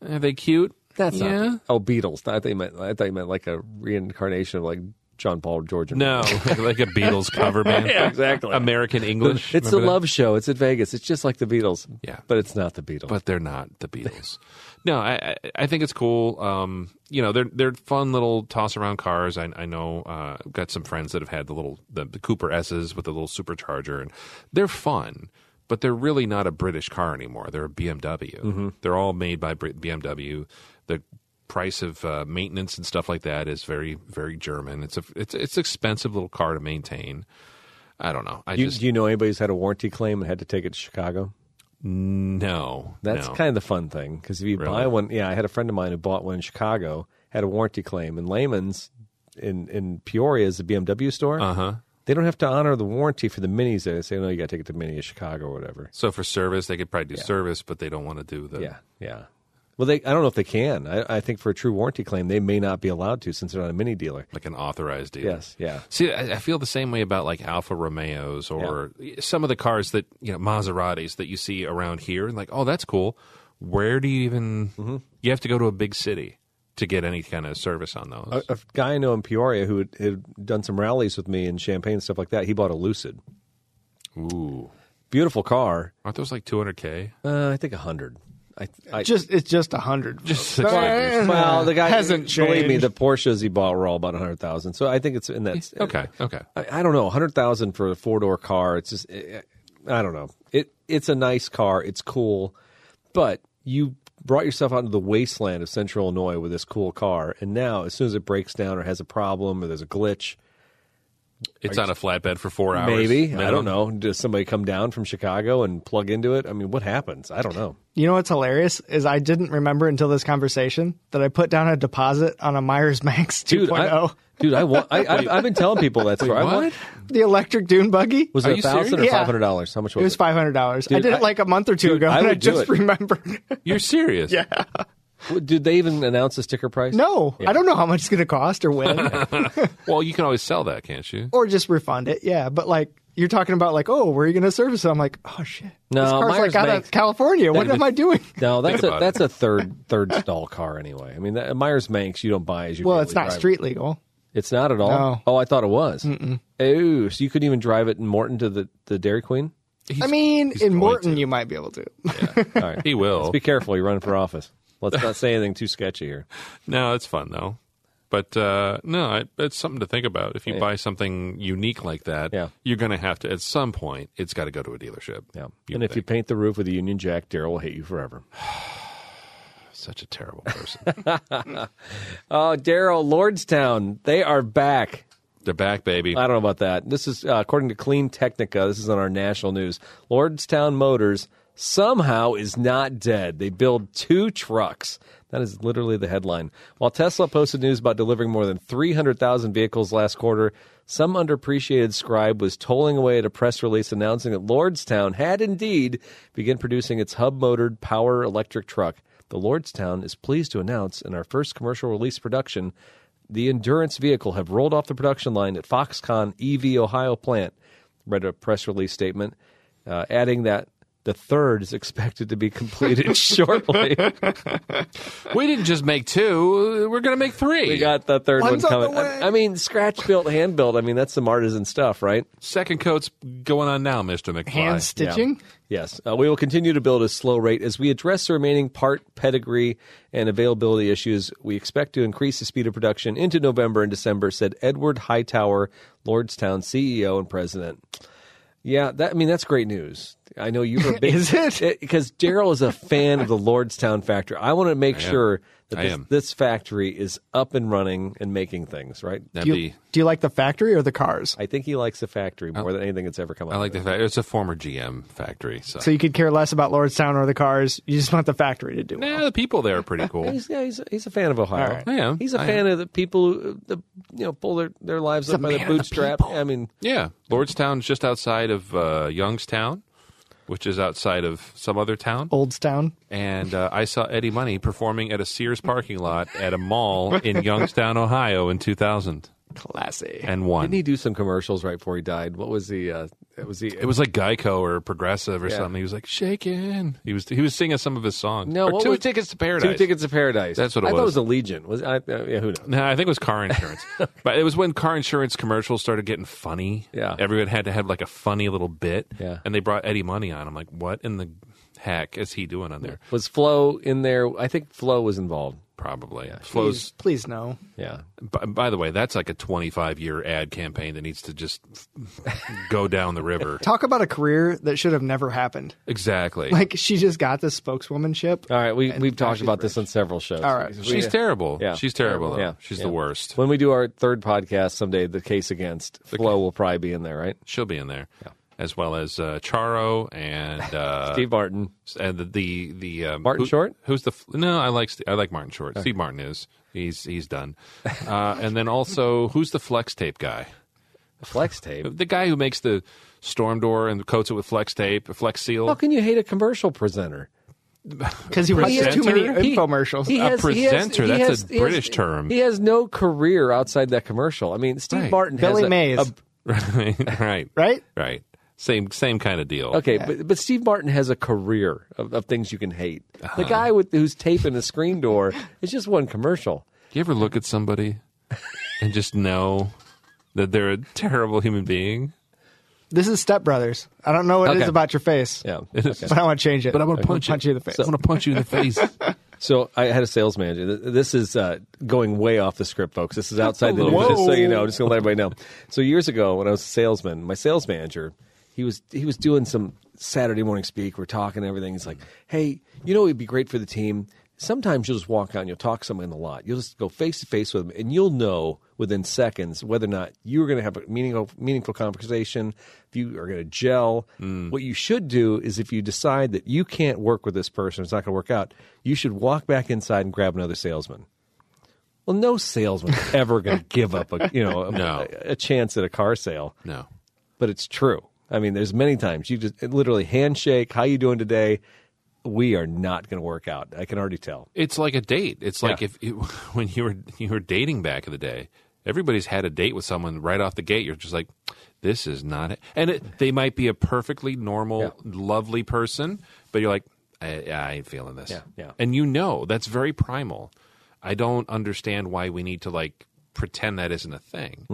Are they cute? That's yeah. not. Oh, Beatles. I thought you meant. I thought you meant like a reincarnation of like John Paul George. and- No, like a Beatles cover band. Yeah, exactly. American English. It's a Remember that? love show. It's at Vegas. It's just like the Beatles. Yeah. but it's not the Beatles. but they're not the Beatles. no, I I- I think it's cool. Um, you know, they're they're fun little toss around cars. I I know uh, I've got some friends that have had the little the, the Cooper S's with the little supercharger, and they're fun. But they're really not a British car anymore. They're a BMW. Mm-hmm. They're all made by Brit- BMW. The price of uh, maintenance and stuff like that is very very German. It's a it's it's expensive little car to maintain. I don't know. I you, just do you know anybody who's had a warranty claim and had to take it to Chicago? no. That's no. kind of the fun thing because if you buy one, yeah, I had a friend of mine who bought one in Chicago, had a warranty claim, and Layman's in in Peoria is a BMW store. Uh Uh-huh. huh. They don't have to honor the warranty for the minis. They say, no, you got to take it to Mini of Chicago or whatever. So for service, they could probably do service, but they don't want to do the. Yeah, yeah. Well, they I don't know if they can. I, I think for a true warranty claim, they may not be allowed to since they're not a mini dealer. like an authorized deal. Yes, yeah. See, I, I feel the same way about like Alfa Romeos or some of the cars that you know Maseratis that you see around here, and like, oh, that's cool. Where do you even? Mm-hmm. You have to go to a big city to get any kind of service on those. A, a guy I know in Peoria who had, had done some rallies with me in Champagne and stuff like that. He bought a Lucid, Ooh, beautiful car. aren't those like two hundred k? Uh, I think a hundred. I, I Just it's just a hundred. Just Well, the guy hasn't changed. Believe me, the Porsches he bought were all about hundred thousand. So I think it's in that. Okay, okay. I, I don't know, hundred thousand for a four door car. It's just, eh, eh, I don't know. It it's a nice car. It's cool, but you brought yourself out into the wasteland of Central Illinois with this cool car, and now as soon as it breaks down or has a problem or there's a glitch, It's on a flatbed for four hours. maybe I minimum. don't know. Does somebody come down from Chicago and plug into it? I mean, what happens? I don't know. You know what's hilarious is I didn't remember until this conversation that I put down a deposit on a Myers Max oh. 2.0. Dude, I, dude, I, wa- I, I I've been telling people that story. I what? want- the electric dune buggy. Was Are it a you thousand or serious? Yeah. five hundred dollars? How much was it was five hundred dollars. I Dude, did I- it like a month or two dude, ago, I and I would do just it. remembered. You're serious? yeah. Well, Did they even announce the sticker price? no, I don't know how much it's going to cost or when, Well, you can always sell that, can't you? or just refund it. Yeah, but like you're talking about, like, oh, where are you going to service it? I'm like, oh shit, No, this car's Myers like out Max- of California. What am I doing? No, that's a about it. that's a third third stall car anyway. I mean, that, Myers Manx you don't buy as you. Well, daily it's not drive. street legal. It's not at all. No. Oh, I thought it was. Oh, so you couldn't even drive it in Morton to the, the Dairy Queen. I mean, he's in going Morton, to. you might be able to. All right, He will. Let's be careful. You're running for office. Let's not say anything too sketchy here. No, it's fun though. But uh, no, it, it's something to think about. If you buy something unique like that, Yeah. you're going to have to at some point. It's got to go to a dealership. Yeah. You and if you think. paint the roof with a Union Jack, Daryl will hate you forever. such a terrible person. Oh, Daryl, Lordstown, they are back. They're back, baby. I don't know about that. This is uh, according to Clean Technica. This is on our national news. Lordstown Motors somehow is not dead. They build two trucks. That is literally the headline. While Tesla posted news about delivering more than 300,000 vehicles last quarter, some underappreciated scribe was tolling away at a press release announcing that Lordstown had indeed begun producing its hub motored power electric truck. The Lordstown is pleased to announce in our first commercial release production the endurance vehicle have rolled off the production line at Foxconn EV Ohio plant, read a press release statement, uh, adding that the third is expected to be completed shortly. we didn't just make two. We're going to make three. We got the third One's one on coming. the way. I, I mean, scratch built, hand built. I mean, that's some artisan stuff, right? second coats going on now, Mister McFly. Hand stitching. Yes. Uh, we will continue to build a slow rate as we address the remaining part pedigree and availability issues. We expect to increase the speed of production into November and December, said Edward E Hightower, Lordstown CEO and president. Yeah, that I mean that's great news. I know you're a big. Is it? Because Daryl is a fan of the Lordstown factory. I want to make sure that I this, am. this factory is up and running and making things, right? That'd Do you, be. do you like the factory or the cars? I think he likes the factory Oh. more than anything that's ever come out. I like of the fact it's a former GM factory. So, So you could care less about Lordstown or the cars. You just want the factory to do it. yeah, the people there are pretty it. cool. He's, yeah, he's, he's a fan of Ohio. All right. I am. He's a I fan of the people who the, you know pull their, their lives up a by man the of the bootstrap. people. I mean, Yeah, Lordstown's just outside of uh, Youngstown, which is outside of some other town. Oldstown. And uh, I saw Eddie Money performing at a Sears parking lot at a mall in Youngstown, Ohio, in 2000 Classy. and one. didn't he do some commercials right before he died? What was he? Uh, it was he? It was like Geico or Progressive or Yeah. something. He was like shaking. He was he was singing some of his songs. No, Or what two was- tickets to paradise. Two Tickets to Paradise. That's what it I thought it was. was a Legion. Was I? Uh, yeah, who knows? No, I think it was car insurance. but it was when car insurance commercials started getting funny. Yeah. Everyone had to have like a funny little bit. Yeah. And they brought Eddie Money on. I'm like, what in the heck is he doing on there? Was Flo in there? I think Flo was involved. Probably. Please, Flows. please no. Yeah. By, by the way, that's like a 25 year ad campaign that needs to just go down the river. Talk about a career that should have never happened. exactly. Like she just got this spokeswomanship. All right, we we've now talked she's about this on several shows. All right. We- She's terrible. Yeah. She's terrible. though. Yeah. She's Yeah. the worst. when we do our third podcast someday, the case against Flo will probably be in there, right? She'll be in there. As well as uh, Charo and uh, Steve Martin. and the the, the um, Martin who- Short? Who's the f- no? I like Ste- I like Martin Short. Steve Martin is he's he's done. Uh, and then also who's the flex tape guy? Flex tape. The guy who makes the storm door and coats it with flex tape, flex seal. How can you hate a commercial presenter? Because he watches too many Presenter? infomercials. He A presenter, he that's a he British term. He has no career outside that commercial. I mean, Steve Right. Martin has Billy a- Mays. a- right, right, right? right. Same same kind of deal. okay, but, but Steve Martin has a career of, of things you can hate. Uh-huh. The guy with who's taping the screen door is just one commercial. Do you ever look at somebody and just know that they're a terrible human being? This is Step Brothers. I don't know what it Okay. is about your face. Yeah. But I want to change it. But I want to punch, punch you in the face. I want to punch you in the face. So I had a sales manager. Th- This is uh, going way off the script, folks. This is outside the little news, bit. just so you know. I'm just gonna let everybody know. So years ago, when I was a salesman, my sales manager, he was he was doing some Saturday morning speak. We're talking and everything. He's like, "Hey, you know, it'd be great for the team. Sometimes you'll just walk out and you'll talk to someone in the lot. You'll just go face to face with them, and you'll know within seconds whether or not you're going to have a meaningful, meaningful conversation, if you are going to gel. What you should do is if you decide that you can't work with this person, it's not going to work out, you should walk back inside and grab another salesman. Well, no salesman's ever going to give up a you know a, No. a, chance at a car sale, No. but it's true. I mean, there's many times you just literally handshake, how you doing today? We are not going to work out. I can already tell. It's like a date. It's like Yeah. if you, when you were you were dating back in the day, everybody's had a date with someone right off the gate. You're just like, this is not it. And it, they might be a perfectly normal, Yeah. lovely person, but you're like, I, I ain't feeling this. Yeah, yeah. And you know that's very primal. I don't understand why we need to like pretend that isn't a thing.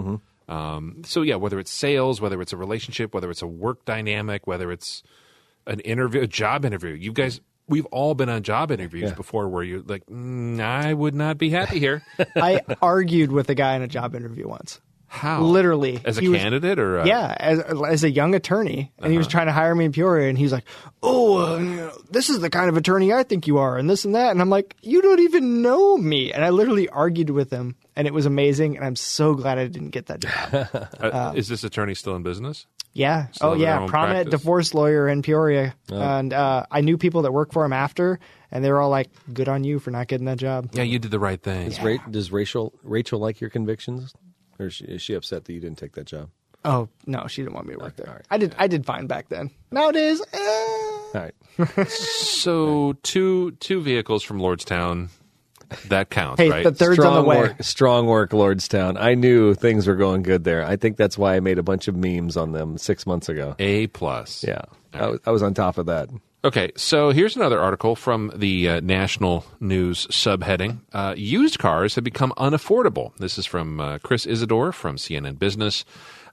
Um, so yeah, whether it's sales, whether it's a relationship, whether it's a work dynamic, whether it's an interview, a job interview. You guys, we've all been on job interviews before where you're like, mm, I would not be happy here. I argued with a guy in a job interview once. How? Literally. As a He was- candidate or? uh, A, Yeah, as, as a young attorney, and he was trying to hire me in Peoria, and he's like, "Oh, uh, you know, this is the kind of attorney I think you are, and this and that." And I'm like, "You don't even know me," and I literally argued with him, and it was amazing, and I'm so glad I didn't get that job. Uh, um, is this attorney still in business? Yeah. Still oh, have their yeah. own Prominent practice. divorce lawyer in Peoria, and uh, I knew people that worked for him after, and they were all like, "Good on you for not getting that job." Yeah, you did the right thing. Ra- does Rachel Rachel like your convictions, or is she, is she upset that you didn't take that job? Oh no, she didn't want me to work there. I did. I did fine back then. Nowadays, eh, All right, So two two vehicles from Lordstown, that counts, hey, right? the third's strong on the way. work, strong work, Lordstown. I knew things were going good there. I think that's why I made a bunch of memes on them six months ago. a plus. Yeah, I, was, I was on top of that. Okay, so here's another article from the uh, national news subheading. Uh, used cars have become unaffordable. This is from uh, Chris Isidore from CNN Business.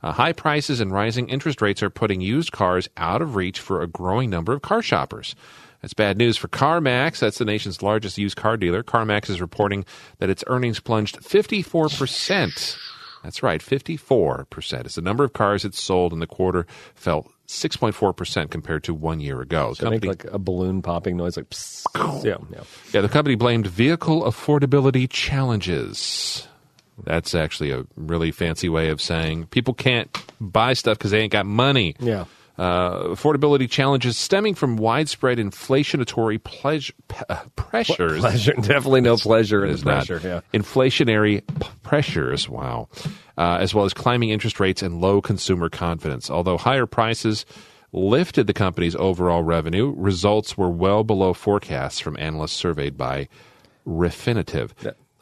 Uh, high prices and rising interest rates are putting used cars out of reach for a growing number of car shoppers. That's bad news for CarMax. That's the nation's largest used car dealer. CarMax is reporting that its earnings plunged 54%. That's right, 54%. As the number of cars it sold in the quarter fell 6.4% compared to one year ago. I make like a balloon popping noise, like psst. yeah, yeah. Yeah, the company blamed vehicle affordability challenges. That's actually a really fancy way of saying people can't buy stuff because they ain't got money. Yeah. Uh, affordability challenges stemming from widespread inflationatory pleasure, uh, pressures. Pleasure, definitely no pleasure in It is the pressure. Yeah. not. Inflationary p- pressures, wow, uh, as well as climbing interest rates and low consumer confidence. Although higher prices lifted the company's overall revenue, results were well below forecasts from analysts surveyed by Refinitiv.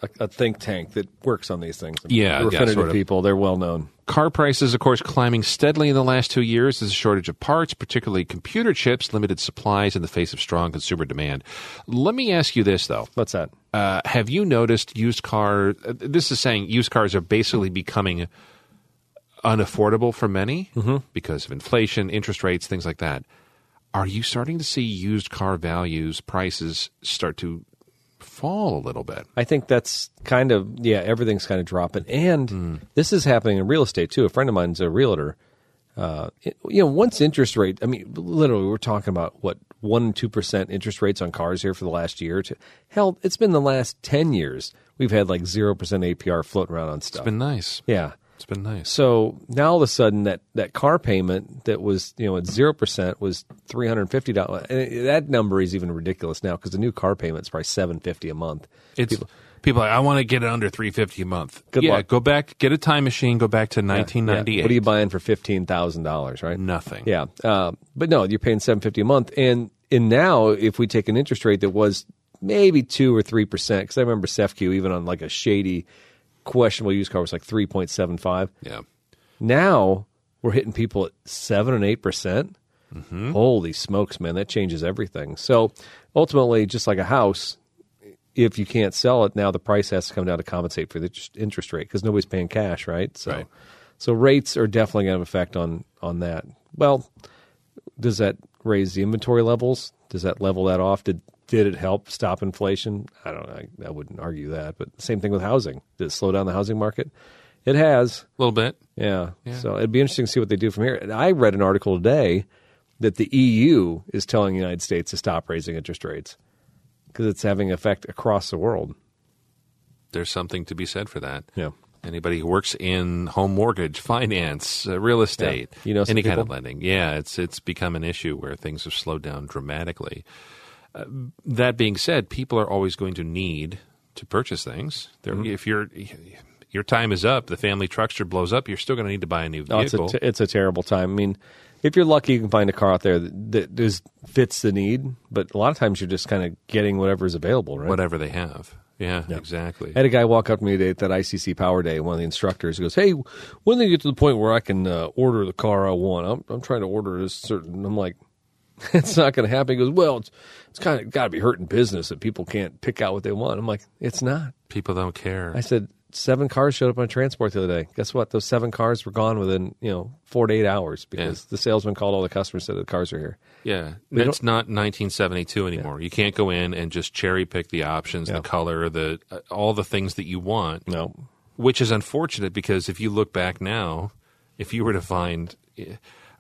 a, a think tank that works on these things. Yeah, yeah, Refinitive sort of. people. They're well known. Car prices, of course, climbing steadily in the last two years as a shortage of parts, particularly computer chips, limited supplies in the face of strong consumer demand. Let me ask you this, though. What's that? Uh, have you noticed used car? uh, This is saying used cars are basically becoming unaffordable for many because of inflation, interest rates, things like that. Are you starting to see used car values, prices start to fall a little bit? I think that's kind of yeah, everything's kind of dropping, and this is happening in real estate too. A friend of mine's a realtor. Uh, it- you know, once interest rate, I mean, literally, we're talking about what one two percent interest rates on cars here for the last year. To hell, it's been the last ten years we've had like zero percent APR floating around on stuff. It's been nice. yeah, It's been nice. so now all of a sudden that, that car payment that was you know at zero percent was three hundred fifty dollars. That number is even ridiculous now because the new car payment is probably seven fifty a month. It's people, are like, I want to get it under three fifty a month. Good yeah, luck. Go back, get a time machine, go back to nineteen ninety Yeah. eight. What are you buying for fifteen thousand dollars? Right? Nothing. Yeah, uh, but no, you're paying seven fifty a month, and and now if we take an interest rate that was maybe two or three percent, because I remember Cefq even on like a shady, questionable used car was like three point seven five. Yeah. Now we're hitting people at seven and eight percent. Holy smokes, man! That changes everything. So ultimately, just like a house, if you can't sell it now, the price has to come down to compensate for the interest- interest rate because nobody's paying cash, right? So, Right. so rates are definitely going to have an effect on on that. Well, does that raise the inventory levels? Does that level that off? Did did it help stop inflation? I don't. I, I wouldn't argue that. But same thing with housing. Did it slow down the housing market? It has. A little bit. Yeah. So it'd be interesting to see what they do from here. And I read an article today that the EU is telling the United States to stop raising interest rates because it's having effect across the world. There's something to be said for that. Yeah. Anybody who works in home mortgage, finance, uh, real estate, You know some any kind people? of lending, yeah, it's it's become an issue where things have slowed down dramatically. Uh, that being said, people are always going to need to purchase things. There, Mm-hmm. If your your time is up, the family truckster blows up, you're still going to need to buy a new No, Oh, it's vehicle. a t- it's a terrible time. I mean, if you're lucky, you can find a car out there that, that is, fits the need. But a lot of times, you're just kind of getting whatever's available, right? whatever they have. Yeah, exactly. I had a guy walk up to me today at that ICC Power Day. One of the instructors goes, "Hey, when do you get to the point where I can uh, order the car I want? I'm, I'm trying to order this certain." I'm like, "It's not going to happen." He goes, "Well, it's, it's kind of got to be hurting business that people can't pick out what they want." I'm like, "It's not." People don't care. I said, seven cars showed up on transport the other day. Guess what? Those seven cars were gone within you know four to eight hours because the salesman called all the customers said the cars are here. yeah, it's not 1972 anymore. You can't go in and just cherry pick the options, the color, the uh, all the things that you want. No, which is unfortunate because if you look back now, if you were to find,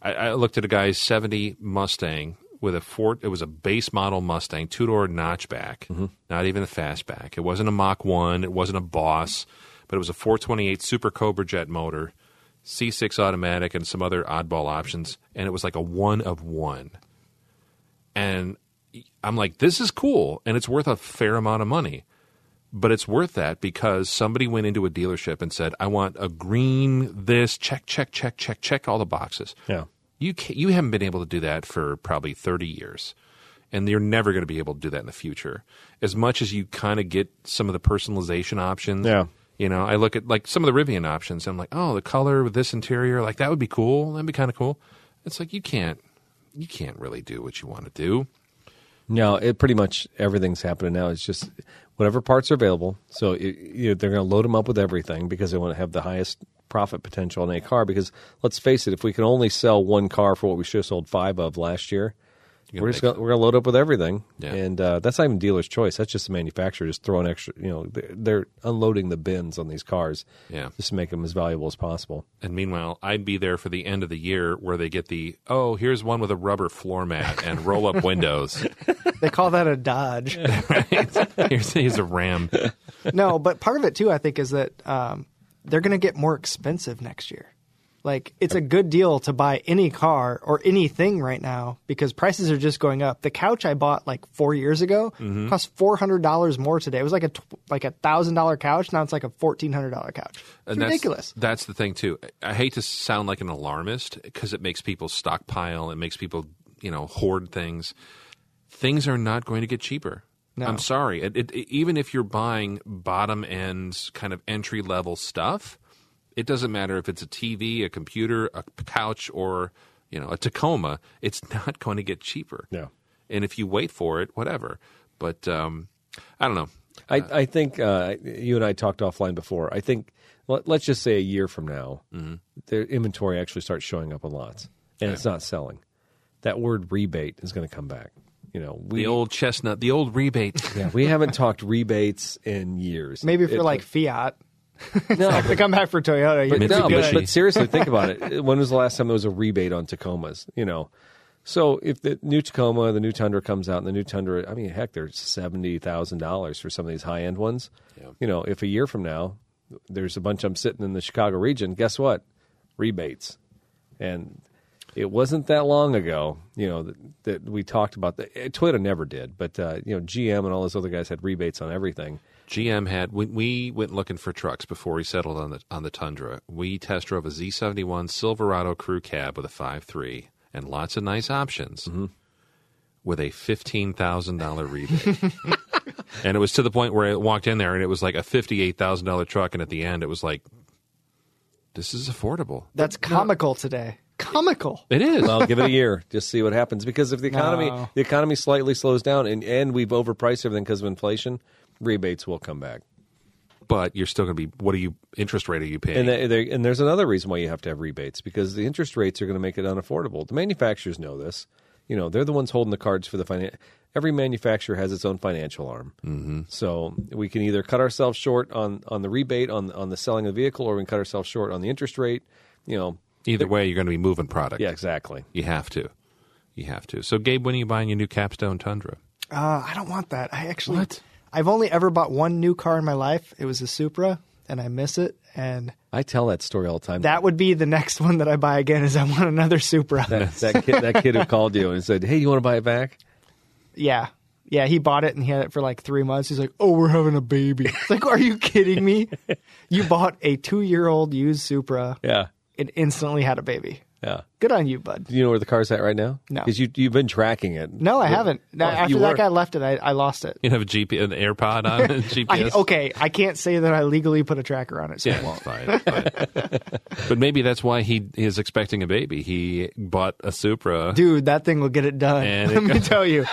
I, I looked at a guy's seventy Mustang with a Ford. It was a base model Mustang, two door notchback, not even a fastback. It wasn't a Mach One. It wasn't a Boss, but it was a four twenty eight Super Cobra jet motor, C six automatic, and some other oddball options. And it was like a one of one and I'm like, this is cool, and it's worth a fair amount of money, but it's worth that because somebody went into a dealership and said, I want a green this check check check check check all the boxes. Yeah. you ca you haven't been able to do that for probably 30 years, and you're never going to be able to do that in the future. As much as you kind of get some of the personalization options, Yeah. You know, I look at like some of the Rivian options. And I'm like, oh, the color with this interior, like that would be cool. That'd be kind of cool. It's like you can't, you can't really do what you want to do. No, it pretty much everything's happening now. It's just whatever parts are available. So it, you know, they're going to load them up with everything because they want to have the highest profit potential in a car. Because let's face it, if we can only sell one car for what we should have sold five of last year, You We're just make- gonna, we're gonna load up with everything, Yeah. and uh, that's not even dealer's choice. That's just the manufacturer just throwing extra. You know, they're, they're unloading the bins on these cars, Yeah. just to make them as valuable as possible. And meanwhile, I'd be there for the end of the year where they get the oh, here's one with a rubber floor mat and roll up windows. They call that a dodge. here's, here's a Ram. no, but part of it too, I think, is that um, they're going to get more expensive next year. Like it's a good deal to buy any car or anything right now because prices are just going up. The couch I bought like four years ago Mm-hmm. cost four hundred dollars more today. It was like a tw- like a thousand dollar couch. Now it's like a fourteen hundred dollar couch. It's that's- ridiculous. That's, the thing too. I hate to sound like an alarmist because it makes people stockpile. It makes people you know hoard things. Things are not going to get cheaper. No. I'm sorry. It, it, it- even if you're buying bottom end kind of entry level stuff, it doesn't matter if it's a TV, a computer, a p- couch, or you know a Tacoma. It's not going to get cheaper. Yeah. And if you wait for it, whatever. But um, I don't know. I, I think uh, you and I talked offline before. I think let, let's just say a year from now, Mm-hmm. their inventory actually starts showing up on lots, and it's not selling. That word rebate is going to come back. You know, we The old chestnut, the old rebate. yeah, we haven't talked rebates in years. Maybe It- for like Fiat. no, If they come back for Toyota, you but, no, but, Mitsubishi. but seriously, think about it. When was the last time there was a rebate on Tacomas? You know, so if the new Tacoma, the new Tundra comes out, and the new Tundra, I mean, heck, they're seventy thousand dollars for some of these high end ones. You know, if a year from now there's a bunch of them sitting in the Chicago region, guess what? Rebates, and it wasn't that long ago. You know that, that we talked about that. eh, Toyota never did, but uh, you know, GM and all those other guys had rebates on everything. GM had when we went looking for trucks before we settled on the on the Tundra. We test drove a Z71 Silverado crew cab with a 5.3 and lots of nice options Mm-hmm. with a fifteen thousand dollar rebate. and it was to the point where I walked in there and it was like a fifty eight thousand dollar truck, and at the end it was like, this is affordable. that's comical today. Comical. It is. Well, give it a year, just see what happens. Because if the economy No. the economy slightly slows down and, and we've overpriced everything because of inflation, rebates will come back. but you're still going to be. What are you interest rate are you paying? And they, they, and there's another reason why you have to have rebates because the interest rates are going to make it unaffordable. The manufacturers know this. You know they're the ones holding the cards for the finance. Every manufacturer has its own financial arm, mm-hmm. so we can either cut ourselves short on, on the rebate on on the selling of the vehicle, or we can cut ourselves short on the interest rate. You know, Either way, you're going to be moving product. yeah, exactly. you have to. You have to. So, Gabe, when are you buying your new Capstone Tundra? Uh, I don't want that. I actually, What? I've only ever bought one new car in my life. It was a Supra, and I miss it. And I tell that story all the time. that would be the next one that I buy again. Is I want another Supra. that, that kid that kid who called you and said, "Hey, you want to buy it back?" yeah, yeah. He bought it and he had it for like three months. He's like, "Oh, we're having a baby." It's like, are you kidding me? You bought a two-year-old used Supra. Yeah, and instantly had a baby. yeah. Good on you, bud. Do you know where the car's at right now? No. because you you've been tracking it. No, I haven't. Well, After you that were- guy left it, I, I lost it. You have a GP, an AirPod on a I, GPS. okay, I can't say that I legally put a tracker on it. So I Yeah, won't. it's fine, it's fine. but maybe that's why he is expecting a baby. He bought a Supra. dude, that thing will get it done. And it Let me tell you.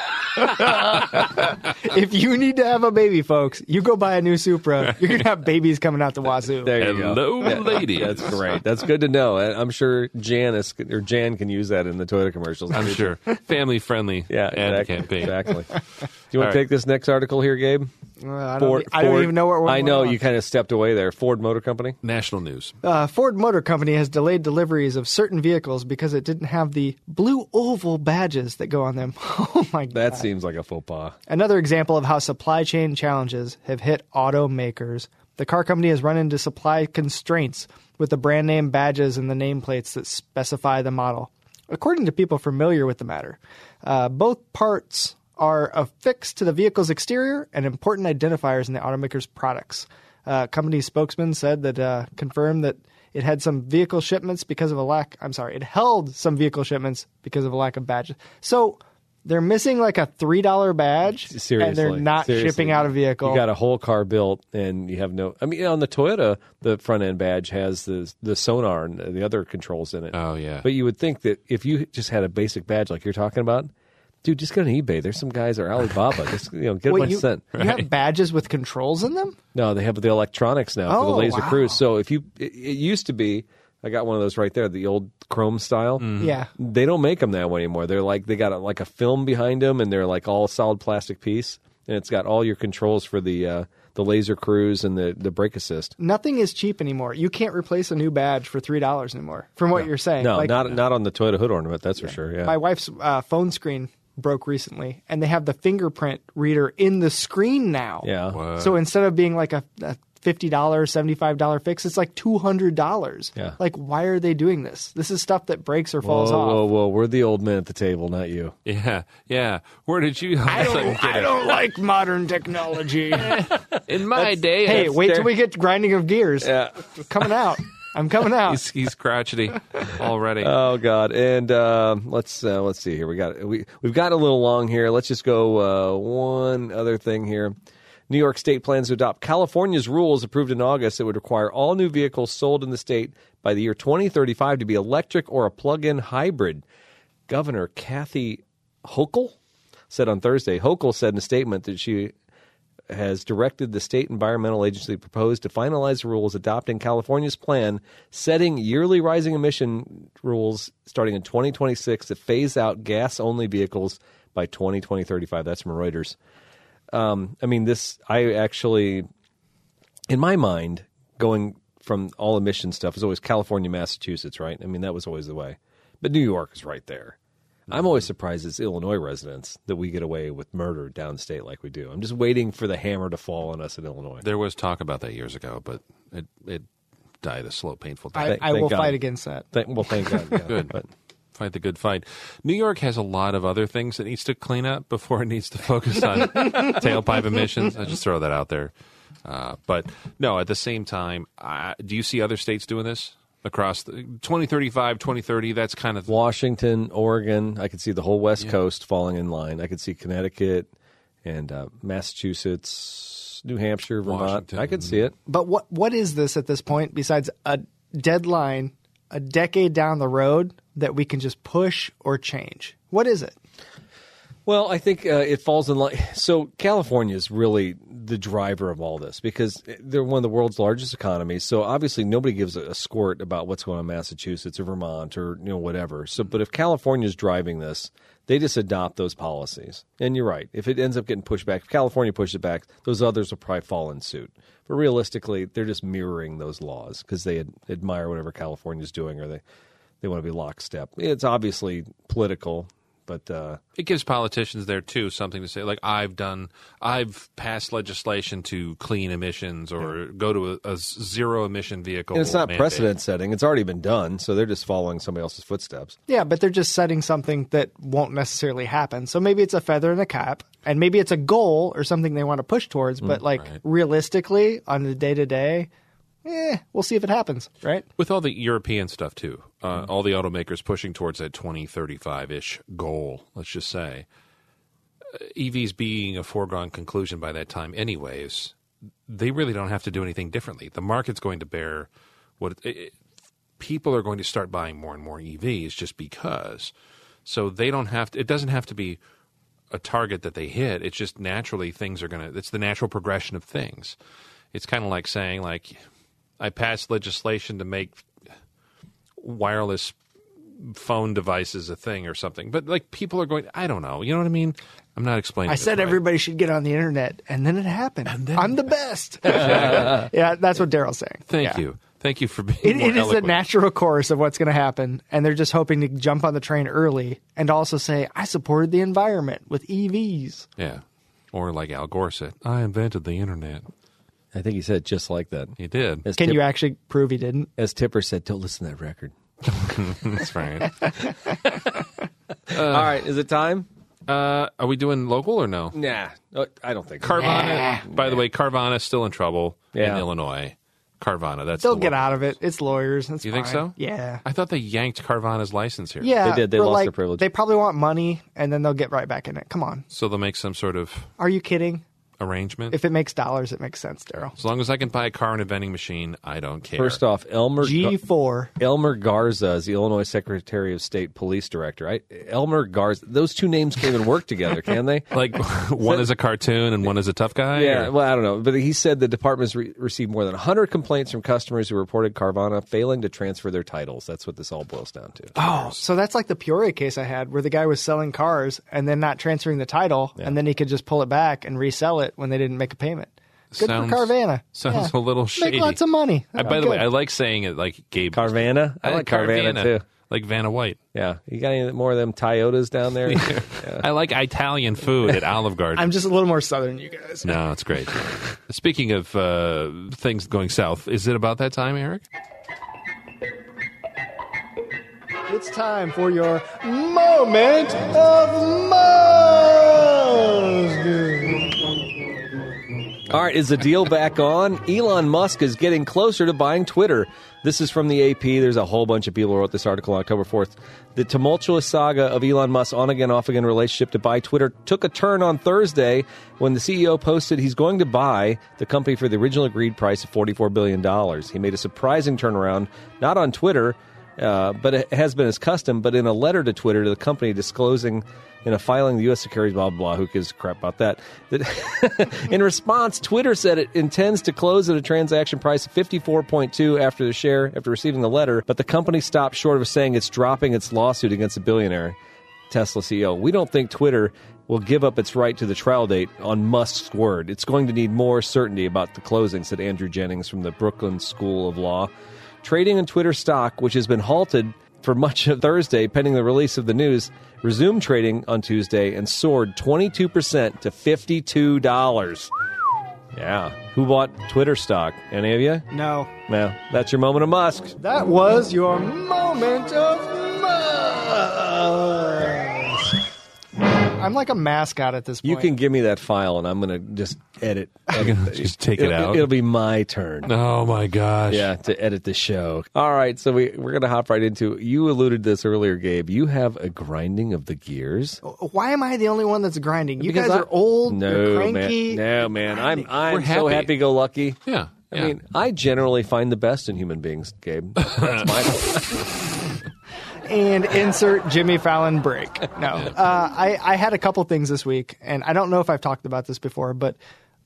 if you need to have a baby, folks, you go buy a new Supra. You're gonna have babies coming out the wazoo. There you go. Hello, ladies. That's great. That's good to know. And I'm sure Janice or Jan can use that in the Toyota commercials. I'm sure. Family friendly Yeah, ad exactly. campaign. exactly. Do you want to All right. take this next article here, Gabe? Uh, I, don't, Ford- I don't Ford- even know what we're. I know going on. you kind of stepped away there. Ford Motor Company. National news. Uh, Ford Motor Company has delayed deliveries of certain vehicles because it didn't have the blue oval badges that go on them. oh my god! That seems like a faux pas. Another example of how supply chain challenges have hit automakers. The car company has run into supply constraints with the brand name badges and the nameplates that specify the model. According to people familiar with the matter, uh, both parts are affixed to the vehicle's exterior and important identifiers in the automaker's products. Uh, company spokesman said that uh, confirmed that it had some vehicle shipments because of a lack. I'm sorry, it held some vehicle shipments because of a lack of badges. So they're missing like a three dollar badge, Seriously, and they're not Seriously. shipping out a vehicle. You got a whole car built, and you have no. I mean, on the Toyota, the front end badge has the the sonar and the other controls in it. Oh, yeah. But you would think that if you just had a basic badge like you're talking about, dude, just go on eBay. There's some guys or Alibaba. just you know, get a Wait, bunch you, sent. you have badges with controls in them? No, they have the electronics now for the Oh, laser wow. cruise. So if you, it, it used to be I got one of those right there, the old chrome style. Yeah. They don't make them that way anymore. They're like they got a, like a film behind them, and they're like all solid plastic piece, and it's got all your controls for the uh, the laser cruise and the the brake assist. Nothing is cheap anymore. You can't replace a new badge for three dollars anymore. From what you're saying, No, Like, not not on the Toyota hood ornament. That's for sure. Yeah. my wife's uh, phone screen broke recently, and they have the fingerprint reader in the screen now. yeah. What? So instead of being like a, a fifty dollar, seventy five dollar fix, it's like two hundred dollars. Yeah. Like, why are they doing this? This is stuff that breaks or falls whoa, off. whoa, whoa! We're the old men at the table, not you. Yeah, yeah. Where did you? I don't, I don't like modern technology. In my day, hey, that's wait there- till we get grinding of gears. Yeah. Coming out. I'm coming out. He's, he's crotchety already. Oh God! And um let's uh, let's see here. We got we we've got a little long here. Let's just go uh, one other thing here. New York State plans to adopt California's rules approved in August that would require all new vehicles sold in the state by the year 2035 to be electric or a plug-in hybrid. Governor Kathy Hochul said on Thursday. Hochul said in a statement that she has directed the state environmental agency proposed to finalize rules adopting California's plan, setting yearly rising emission rules starting in 2026 that phase out gas-only vehicles by 2020 35. That's from Reuters. Um, I mean, this I actually, in my mind, going from all emission stuff is always California, Massachusetts, right? I mean, that was always the way, but New York is right there. I'm always surprised as Illinois residents that we get away with murder downstate like we do. I'm just waiting for the hammer to fall on us in Illinois. There was talk about that years ago, but it it died a slow, painful death. I, Thank- I thank will God. fight against that. Thank, well, thank God. yeah. Good. But Fight the good fight. New York has a lot of other things it needs to clean up before it needs to focus on tailpipe emissions. I just throw that out there. Uh, but no, at the same time, I, do you see other states doing this across the, 2035, 2030? That's kind of Washington, Oregon, I could see the whole West Coast falling in line. I could see Connecticut and uh, Massachusetts, New Hampshire, Vermont. Washington. I could see it. But what what is this at this point besides a deadline a decade down the road that we can just push or change? What is it? Well, I think uh, it falls in line. So California is really the driver of all this because they're one of the world's largest economies. So obviously, nobody gives a, a squirt about what's going on in Massachusetts or Vermont or you know whatever. So, but if California is driving this, they just adopt those policies. And you're right. If it ends up getting pushed back, if California pushes it back, those others will probably fall in suit. But realistically, they're just mirroring those laws because they ad- admire whatever California's doing or they they want to be lockstep. It's obviously political, but. Uh, it gives politicians there too something to say like i've done i've passed legislation to clean emissions or go to a, a zero emission vehicle And it's not mandate. precedent setting. It's already been done, so they're just following somebody else's footsteps. Yeah, but they're just setting something that won't necessarily happen. So maybe it's a feather in a cap, and maybe it's a goal or something they want to push towards. But Mm, like realistically, on the day to day, eh, we'll see if it happens. Right? with all the european stuff too uh, all the automakers pushing towards that 2035-ish goal let's just say Uh, evs being a foregone conclusion by that time anyways they really don't have to do anything differently the market's going to bear what it, it, people are going to start buying more and more EVs just because. So they don't have to, it doesn't have to be a target that they hit. It's just naturally things are going to, it's the natural progression of things. It's kind of like saying, like, I passed legislation to make wireless phone devices a thing or something. But like people are going, I don't know. You know what I mean? I'm not explaining. I this said right. everybody should get on the internet, and then it happened. I'm the best. yeah, that's what Daryl's saying. Thank Yeah. you. Thank you for being. It, more it is the eloquent. natural course of what's going to happen, and they're just hoping to jump on the train early and also say, "I supported the environment with E EVs." Yeah. Or like Al Gore said, I invented the internet. I think he said just like that. He did. As Can Tip- you actually prove he didn't? As Tipper said, don't listen to that record. That's right. Uh, All right, is it time? Uh, are we doing local or no? Nah, Uh, I don't think. so. Carvana. By the way, Carvana's still in trouble Yeah. in Illinois. Carvana. That's They'll the get one. out of it. It's lawyers. It's You think fine. so? Yeah. I thought they yanked Carvana's license here. Yeah. They did. They but, lost their like, privilege. They probably want money, and then they'll get right back in it. Come on. So they'll make some sort of Are you kidding? arrangement. If it makes dollars, it makes sense, Daryl. as long as I can buy a car and a vending machine, I don't care. First off, Elmer G four. Elmer Garza is the Illinois Secretary of State Police Director. I, Elmer Garza. Those two names can't even work together, can they? like one is a cartoon and one is a tough guy. Yeah, or- well, I don't know. But he said the department's re- received more than 100 complaints from customers who reported Carvana failing to transfer their titles. That's what this all boils down to. Oh, so that's like the Peoria case I had, where the guy was selling cars and then not transferring the title, and then he could just pull it back and resell it when they didn't make a payment. Good Sounds- for Carvana. sounds a little shady. Make lots of money. Oh, I, by the way, Good. I like saying it like Gabe Carvana? I like Carvana, too. Like Vanna White. Yeah. You got any more of them Toyotas down there? I like Italian food at Olive Garden. I'm just a little more southern, you guys. no, it's great. Speaking of uh, things going south, is it about that time, Eric? It's time for your moment of Mars. All right, is the deal back on? Elon Musk is getting closer to buying Twitter. This is from the AP. There's a whole bunch of people who wrote this article on October 4th. The tumultuous saga of Elon Musk's on again, off again relationship to buy Twitter took a turn on Thursday when the CEO posted he's going to buy the company for the original agreed price of $44 billion. He made a surprising turnaround, not on Twitter, uh, but it has been his custom, but in a letter to Twitter to the company disclosing in a filing the U.S. securities, blah, blah, blah, who gives a crap about that? that in response, Twitter said it intends to close at a transaction price of 54.2 after the share, after receiving the letter, but the company stopped short of saying it's dropping its lawsuit against the billionaire. Tesla CEO. We don't think Twitter will give up its right to the trial date on Musk's word. It's going to need more certainty about the closing, said Andrew Jennings from the Brooklyn School of Law. Trading in Twitter stock, which has been halted for much of Thursday pending the release of the news, resumed trading on Tuesday and soared 22% to $52. Yeah. Who bought Twitter stock? Any of you? No, Well, that's your moment of Musk. that was your moment of Mars. I'm like a mascot at this point. You can give me that file, and I'm going to just edit. Just take it It'll- out. It'll be my turn. Oh my gosh! Yeah, to edit the show. All right, so we we're going to hop right into. You alluded this earlier, Gabe. You have a grinding of the gears. Why am I the only one that's grinding? Oh, You Because guys I- are old, No, you're cranky. man. No, man. I'm I'm We're so happy. happy go lucky. Yeah, I yeah. mean, I generally find the best in human beings, Gabe. That's my and insert Jimmy Fallon break. No, uh, I, I had a couple things this week, and I don't know if I've talked about this before, but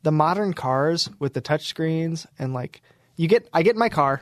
the modern cars with the touchscreens and like you get, I get in my car,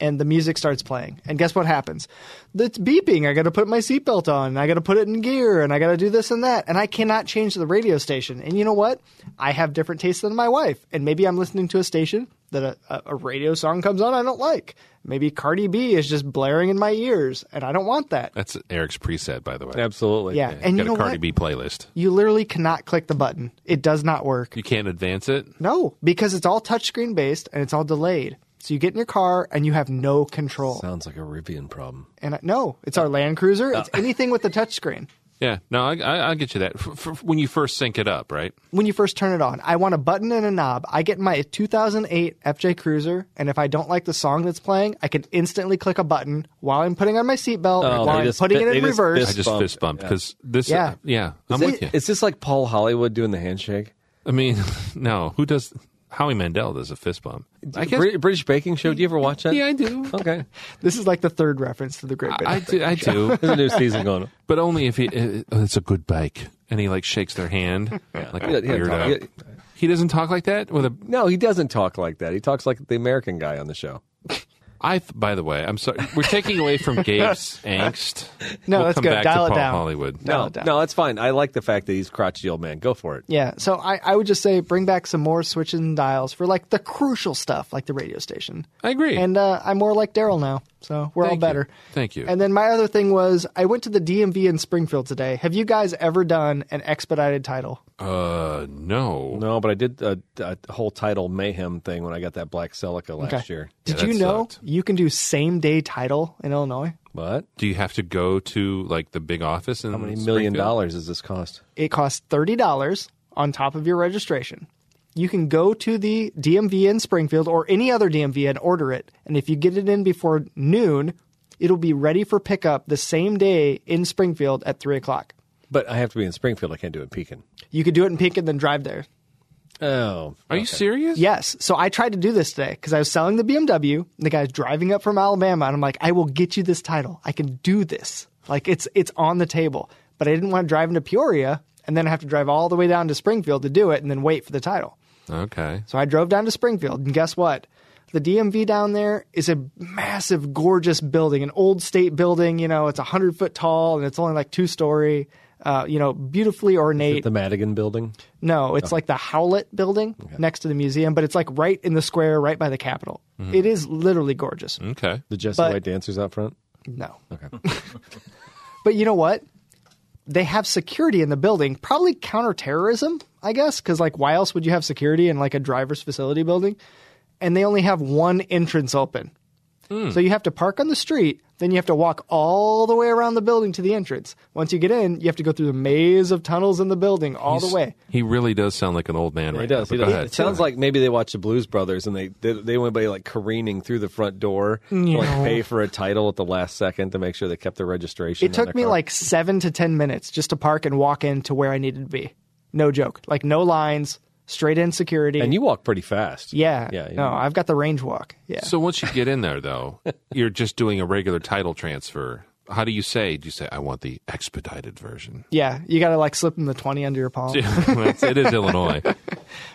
and the music starts playing, and guess what happens? It's beeping. I got to put my seatbelt on. and I got to put it in gear, and I got to do this and that, and I cannot change the radio station. And you know what? I have different tastes than my wife, and maybe I'm listening to a station that a, a, a radio song comes on I don't like. Maybe Cardi B is just blaring in my ears, and I don't want that. That's Eric's preset, by the way. absolutely. Yeah, got and you know a Cardi what? B playlist. You literally cannot click the button. It does not work. You can't advance it. No, because it's all touchscreen based and it's all delayed. So you get in your car and you have no control. Sounds like a Rivian problem. and I, no, it's our Land Cruiser. It's Uh. anything with a touchscreen. Yeah, no, I, I, I get you that. F f when you first sync it up, right? When you first turn it on, I want a button and a knob. I get my 2008 FJ Cruiser, and if I don't like the song that's playing, I can instantly click a button while I'm putting on my seatbelt, while Oh, they I'm just putting fi- it in they just reverse. I just bumped, fist bumped because this. Yeah. Yeah, yeah, I'm Is with you. it- Is this like Paul Hollywood doing the handshake? I mean, no, who does? Howie Mandel does a fist bump. I guess. Brit- British Baking Show. Do you ever watch that? Yeah, I do. Okay. this is like the third reference to the Great I Big. do. I do. There's a new season going on. But only if he. Uh, oh, it's a good bike, and he like shakes their hand. Like a Yeah, yeah, weirdo. talk- yeah. He doesn't talk like that with a. No, he doesn't talk like that. He talks like the American guy on the show. I. By the way, I'm sorry. We're taking away from Gabe's angst. No, we'll that's come good. Back Dial to it Paul down. Hollywood. No, down. no, it's fine. I like the fact that he's crotchety old man. Go for it. Yeah, so I, I would just say bring back some more switches and dials for like the crucial stuff, like the radio station. I agree. And uh, I'm more like Daryl now, so we're all Thank you. better. Thank you. And then my other thing was I went to the DMV in Springfield today. Have you guys ever done an expedited title? uh, no. No, but I did a, a whole title mayhem thing when I got that black Celica last Okay. year. Did Yeah, you that know sucked. you can do same day title in Illinois? What? Do you have to go to like the big office? And how How many million dollars does this cost? It costs thirty dollars on top of your registration. You can go to the DMV in Springfield or any other DMV and order it. And if you get it in before noon, it'll be ready for pickup the same day in Springfield at three o'clock. But I have to be in Springfield. I can't do it in Pekin. You could do it in Pink and then drive there. Oh, Are you serious? Yes. So I tried to do this today because I was selling the BMW. And the guy's driving up from Alabama, and I'm like, I will get you this title. I can do this. Like it's it's on the table. But I didn't want to drive into Peoria and then have to drive all the way down to Springfield to do it and then wait for the title. Okay. So I drove down to Springfield, and guess what? The DMV down there is a massive, gorgeous building, an old state building. You know, it's 100 foot tall and it's only like two story, uh, you know, beautifully ornate. The Madigan building. No, it's like the Howlett building next to the museum, but it's like right in the square, right by the Capitol. It is literally gorgeous. Okay. The Jesse But- White dancers out front. No. Okay. But you know what? They have security in the building, probably counterterrorism, I guess, because like why else would you have security in like a driver's facility building? And they only have one entrance open. Hmm. So you have to park on the street, then you have to walk all the way around the building to the entrance. Once you get in, you have to go through the maze of tunnels in the building all the way. He really does sound like an old man He right does. now. He but does. Go ahead. It sounds like maybe they watched the Blues Brothers and they they, they went by like careening through the front door to like pay for a title at the last second to make sure they kept their registration. It on took their me car. like seven to 10 minutes just to park and walk in to where I needed to be. No joke. Like, no lines, straight in security. And you walk pretty fast. yeah. Yeah. you no, know. I've got the range walk. Yeah. So once you get in there, though, you're just doing a regular title transfer. How do you say? Do you say, I want the expedited version? yeah. You got to like slip them the 20 under your palm. Yeah. That's- it is Illinois.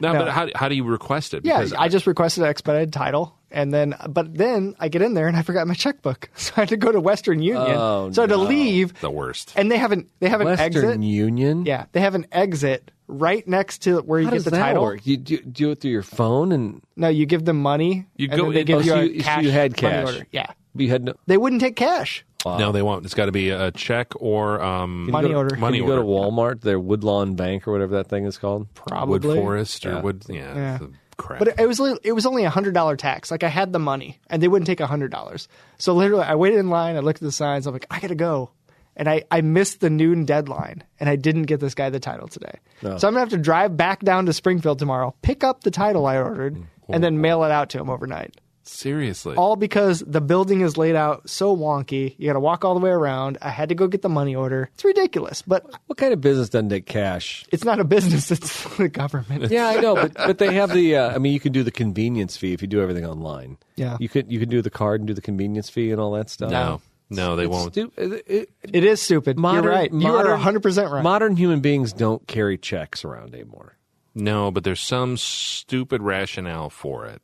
No, but how, how do you request it? I just requested an expedited title. And then, but then I get in there and I forgot my checkbook. So I had to go to Western Union. Oh, so to no. leave, the worst. and they haven't, they have an Western exit. Union. Yeah. They have an exit right next to where you How get does the that title. work? You do, do it through your phone and No, you give them money. You and go then they in- give Oh, you so a you- so cash you had money cash. order. Yeah. you had no. They wouldn't take cash. No, they won't. It's got to be a check or um, Money Go to- order. Can Money you go order. to Walmart, their Woodlawn Bank or whatever that thing is called? Wood Probably. Forest or Wood. Yeah. Yeah. the crap. But it- it was li- it was only a hundred dollar tax. Like I had the money, and they wouldn't take a hundred dollars. So literally, I waited in line. I looked at the signs. I'm like, I gotta go, and I I missed the noon deadline, and I didn't get this guy the title today. So I'm gonna have to drive back down to Springfield tomorrow, pick up the title I ordered, and then mail it out to him overnight. Seriously. All because the building is laid out so wonky. You gotta walk all the way around. I had to go get the money order. It's ridiculous, but What kind of business doesn't take cash? it's not a business. It's the government. Yeah, I know, but but they have the. Uh, I mean, you can do the convenience fee if you do everything online. Yeah. you could you can do the card and do the convenience fee and all that stuff. no, no, they won't. Stu- it- it- It is stupid. You're right. you are 100 percent right. Modern human beings don't carry checks around anymore. No, but there's some stupid rationale for it.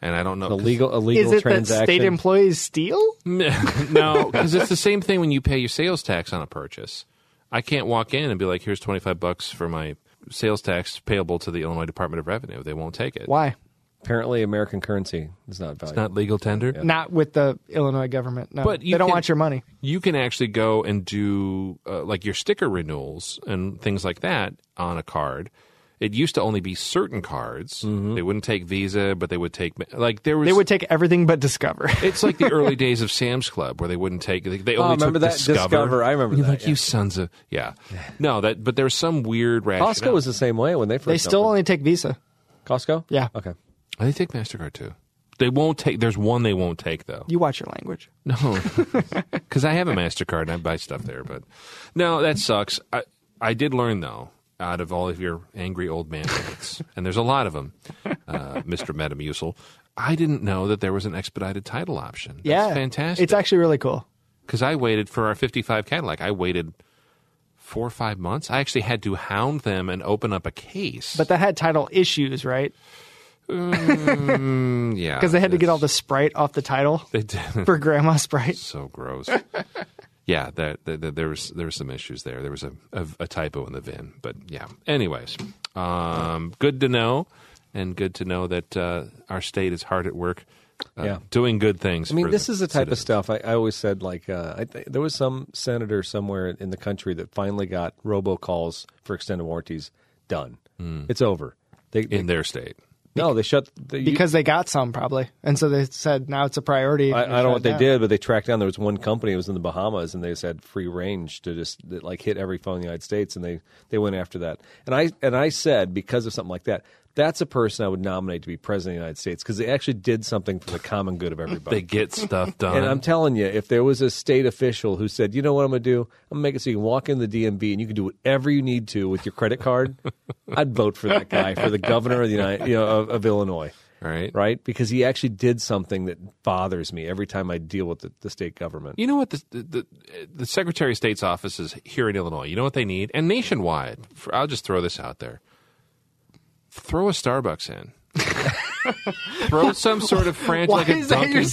And I don't know. 'cause- Illegal illegal is it that transaction. state employees steal? no, because it's the same thing when you pay your sales tax on a purchase. I can't walk in and be like, "Here's twenty five bucks for my sales tax payable to the Illinois Department of Revenue." They won't take it. Why? Apparently, American currency is not valuable. Not legal tender. Not with the Illinois government. No, But you they don't can- want your money. You can actually go and do uh, like your sticker renewals and things like that on a card. It used to only be certain cards. Mm-hmm. They wouldn't take Visa, but they would take like there was. They would take everything but Discover. It's like the early days of Sam's Club where they wouldn't take. They, they only oh, remember took that Discover. I remember You're that. like yeah. you sons of yeah. No, that but there's some weird rationale. Costco was the same way when they first. they still opened. only take Visa. Costco. Yeah. Okay. They take Mastercard too. They won't take. There's one they won't take though. You watch your language. No, because Oh. I have a Mastercard and I buy stuff there. But no, that sucks. I I did learn though out of all of your angry old man rants, and there's a lot of them, uh, Mr. Metamucil. I didn't know that there was an expedited title option. That's yeah, fantastic. It's actually really cool. because I waited for our 55 Cadillac. I waited four or five months. I actually had to hound them and open up a case. But that had title issues, right? Mm, yeah, Because they had to get all that's- the Sprite off the title They did. for Grandma Sprite. so gross. yeah, that, that, that- there was there was some issues there. There was a, a, a typo in the VIN, but yeah. Anyways, um, good to know, and good to know that uh, our state is hard at work, uh, Yeah. doing good things. I mean, this is the type of stuff I, I always said. Like, uh, I th- there was some senator somewhere in the country that finally got robocalls for extended warranties done. It's over. They, they- in their state. no, they shut they, you- Because they got some probably, and so they said now it's a priority. I, I and don't know shut what it they down. did, but they tracked down. There was one company. It was in the Bahamas, and they just had free range to just that, like hit every phone in the United States, and they they went after that. And I and I said because of something like that, That's a person I would nominate to be president of the United States because they actually did something for the common good of everybody. They get stuff done. And I'm telling you, if there was a state official who said, "You know what I'm going to do? I'm going to make it so you can walk in the DMV and you can do whatever you need to with your credit card," I'd vote for that guy for the governor of the United, you know, of, of Illinois, Right. Right? Because he actually did something that bothers me every time I deal with the, the state government. You know what the, the the Secretary of State's office is here in Illinois. You know what they need, and nationwide. For, I'll just throw this out there: throw a Starbucks in. throw some sort of franchise. Why like a is that your Dunkin'. It'd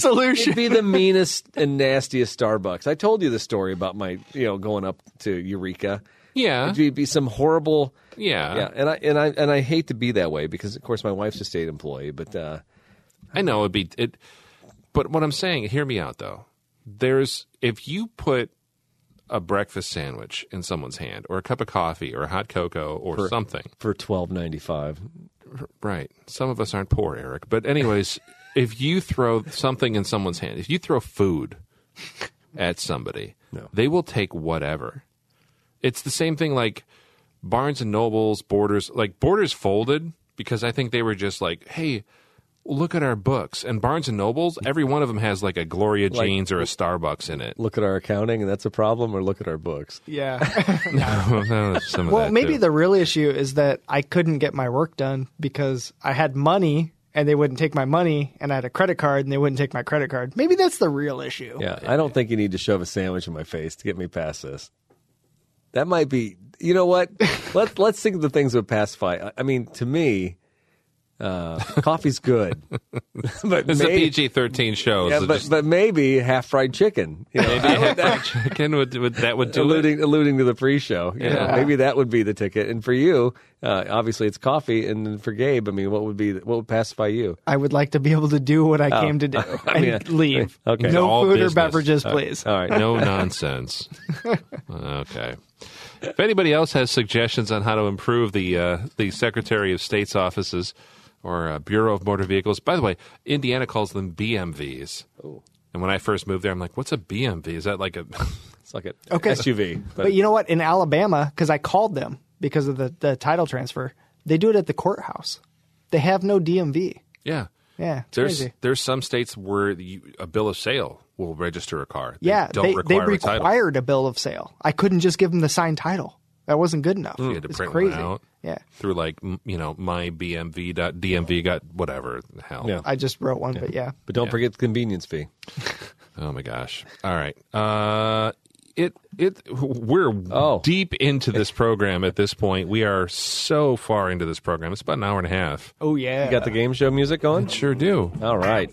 solution? be the meanest and nastiest Starbucks. I told you the story about my, you know, going up to Eureka. Yeah. It'd be, be some horrible. Yeah. yeah, and I and I and I hate to be that way because, of course, my wife's a state employee, but uh, I know it'd be it, but what I'm saying, hear me out though. There's if you put a breakfast sandwich in someone's hand, or a cup of coffee, or a hot cocoa, or something. for twelve ninety five, Right. Some of us aren't poor, Eric. But anyways, if you throw something in someone's hand, if you throw food at somebody, they will take whatever. It's the same thing like Barnes and Nobles, Borders, like Borders folded because I think they were just like, hey, look at our books. And Barnes and Nobles, every one of them has like a Gloria Jeans or a Starbucks in it. look at our accounting and that's a problem, or look at our books. yeah. Some of well, that, maybe too. the real issue is that I couldn't get my work done because I had money and they wouldn't take my money, and I had a credit card and they wouldn't take my credit card. Maybe that's the real issue. Yeah, I don't think you need to shove a sandwich in my face to get me past this. That might be. You know what? Let Let's think of the things that would pacify. I- I mean, to me, uh, coffee's good, but It's may- a PG 13 show. yeah, so but just but maybe half fried chicken. You know, I would- chicken would, would, that would do it. alluding alluding to the pre-show. You know, maybe that would be the ticket. And for you, uh, obviously it's coffee. And then for Gabe, I mean, what would be what would pacify you? I would like to be able to do what I Oh. came to do and mean, leave. okay. No All food business. or beverages, please. All right. No nonsense. okay. If anybody else has suggestions on how to improve the uh, the Secretary of State's offices or uh, Bureau of Motor Vehicles, by the way, Indiana calls them BMVs. Oh. And when I first moved there, I'm like, "What's a BMV? Is that like a?" It's like an Okay. SUV. But, But you know what? In Alabama, because I called them because of the, the title transfer, they do it at the courthouse. They have no DMV. yeah, Yeah, it's There's crazy. there's some states where you, a bill of sale will register a car. They yeah, don't they, they require a title. required a bill of sale. I couldn't just give them the signed title. That wasn't good enough. You had to it's print crazy. one out Yeah, through like m- you know my BMV dot DMV got whatever the hell. Yeah. I just wrote one, but yeah. but don't forget the convenience fee. Oh my gosh! All right, uh, it it we're Oh. deep into this program at this point. We are so far into this program. It's about an hour and a half. Oh yeah. You got the game show music on? Sure do. All right.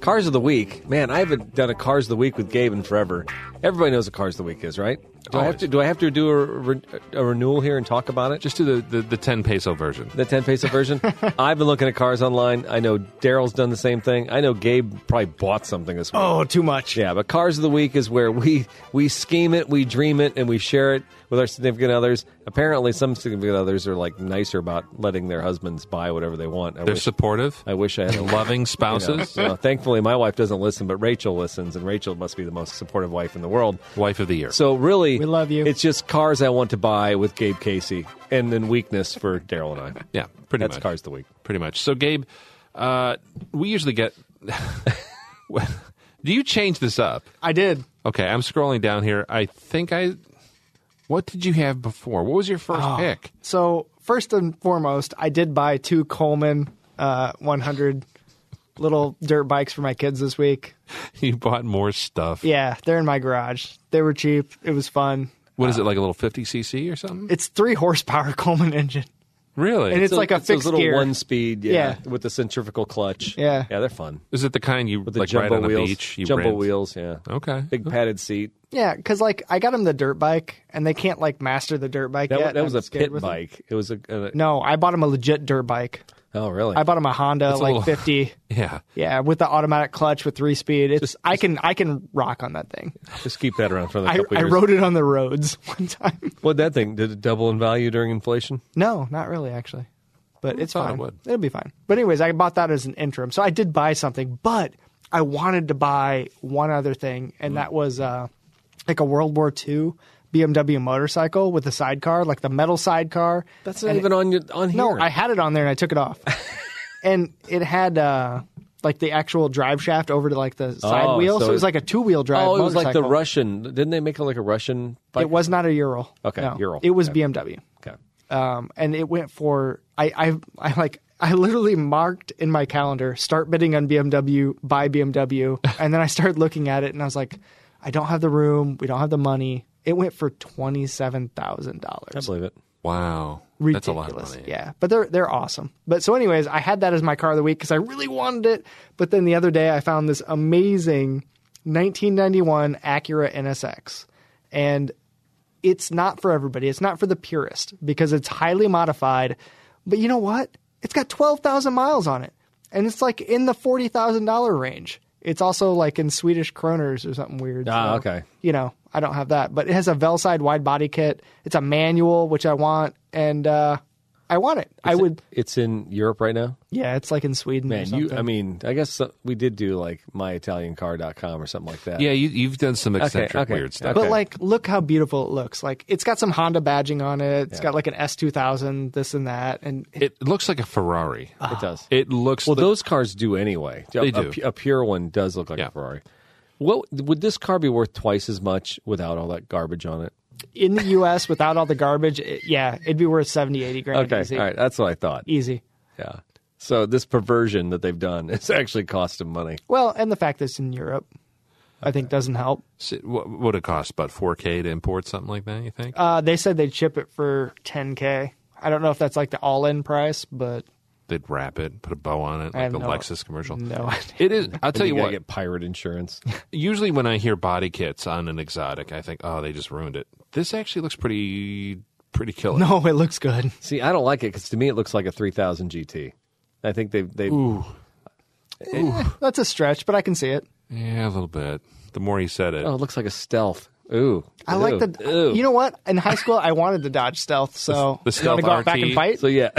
Cars of the week. Man, I haven't done a Cars of the week with Gabe in forever. Everybody knows what Cars of the week is, right? Do I have Always. to do I have to do a, re- a renewal here and talk about it? Just do the, the the ten peso version. the 10 peso version. I've been looking at cars online. I know Daryl's done the same thing. I know Gabe probably bought something this week. oh, too much. Yeah, but Cars of the Week is where we we scheme it, we dream it, and we share it with our significant others. Apparently, some significant others are like nicer about letting their husbands buy whatever they want. I They're wish supportive, I wish I had a lot. You loving know, spouses. you know, thankfully, my wife doesn't listen, but Rachel listens, and Rachel must be the most supportive wife in the world. Wife of the year. So really, We love you. It's just cars I want to buy with Gabe Casey, and then weakness for Daryl and I. yeah, pretty That's much. Cars of the Week. Pretty much. So Gabe, uh, we usually get. do you change this up? I did. Okay, I'm scrolling down here. I think I. What did you have before? What was your first Oh. pick? So first and foremost, I did buy two Coleman uh, 100 little dirt bikes for my kids this week. You bought more stuff. Yeah, they're in my garage. They were cheap. It was fun. What is it like a little 50 cc or something? It's three horsepower Coleman engine. really? and it's- like a those fixed little gear. one speed, yeah, Yeah. with the centrifugal clutch. Yeah. yeah, they're fun. is it the kind you The like jumbo ride on the wheels, beach? You jumbo rent? wheels, yeah. Okay. big padded seat. Yeah, because like I got them the dirt bike, and they can't like master the dirt bike That, wa- yet. that was I'm a scared pit with 'em. bike. It was a, a No, I bought them a legit dirt bike. oh really? I bought them a Honda a like little- 50. Yeah. Yeah, with the automatic clutch with three speed. It's I can I can rock on that thing. Just keep that around for another I, couple I years. rode it on the roads one time. what that thing did it double in value during inflation? No, not really actually, but it's thought it fine. would. It'll be fine. But anyways, I bought that as an interim, so I did buy something, but Hmm. I wanted to buy one other thing, and that was uh, like a World War II BMW motorcycle with the sidecar, like the metal sidecar. That's not even on your, on here. No, I had it on there and I took it off. and it had uh, like the actual drive shaft over to like the side Oh, wheel, so so it was it- like a two wheel drive. oh, it was like the motorcycle. Russian. Didn't they make it like a Russian? Bike? It was not a Ural. Okay, No, Ural. It was Okay. BMW. Okay. Um, and it went for I, I I like I literally marked in my calendar start bidding on BMW, buy BMW, and then I started looking at it and I was like, I don't have the room, we don't have the money. It went for twenty seven thousand I dollars. believe it. Wow. That's a lot of Ridiculous. money. Yeah, but they're they're awesome. But so, anyways, I had that as my car of the week because I really wanted it. But then the other day, I found this amazing 1991 Acura NSX, and it's not for everybody. It's not for the purist because it's highly modified. But you know what? It's got 12,000 miles on it. And it's like in the $40,000 range. It's also like in Swedish kroners or something weird. Ah, okay. You know, I don't have that. But it has a Velside wide body kit. It's a manual, which I want. And uh, I want it. I would. It's in Europe right now. yeah, it's like in Sweden or Man, something. you. I mean, I guess uh, we did do like myitaliancar.com or something like that. Yeah, you, you've done some eccentric okay, weird stuff. okay. But like, look how beautiful it looks. Like, it's got some Honda badging on it. It's got like an S2000, this and that. And It looks like a Ferrari. it does. It looks Ah. well, like, those cars do anyway. They a, do. pu- A, pure one does look like Yeah. a Ferrari. Well, would this car be worth twice as much without all that garbage on it? in the U.S. without all the garbage, it, yeah, it'd be worth 70, 80 grand. Okay, easy. all right, that's what I thought. easy. Yeah. So this perversion that they've done is actually costing money. Well, and the fact that it's in Europe, I think doesn't help. s- what would it cost? About 4K to import something like that, you think? Uh, they said they'd ship it for 10k. I don't know if that's like the all-in price, but They'd wrap it, put a bow on it, I like have the no- Lexus commercial. no. idea. It is. I'll tell Then you gotta what. get pirate insurance. Usually, when I hear body kits on an exotic, I think, "Oh, they just ruined it." This actually looks pretty, pretty killer. No, it looks good. See, I don't like it because to me it looks like a 3000 GT. I think they've they've That's a stretch, but I can see it. Yeah, a little bit. The more he said it, Oh, it looks like a stealth. Ooh. I like the. You know what? In high school, I wanted the Dodge Stealth, The- so the you want to Stealth go out back RT. and fight? So yeah,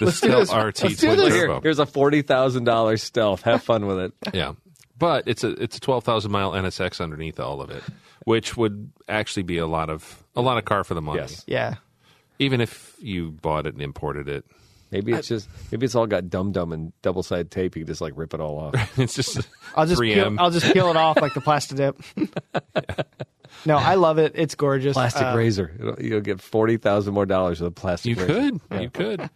the Stealth this. RT Let's do twin this. Here, turbo. here's a forty thousand dollars stealth. Have fun with it. Yeah, but it's a it's a twelve thousand mile NSX underneath all of it, which would actually be a lot of a lot of car for the money. Yes. yeah, even if you bought it and imported it, Maybe it's just maybe it's all got dum dum and double sided tape. You can just like rip it all off. it's just I'll just peel, 3M. I'll just peel it off like the plastic dip. no, I love it. It's gorgeous. Plastic Uh, razor. You'll- You'll get forty thousand more dollars with a plastic. you razor. could, you could.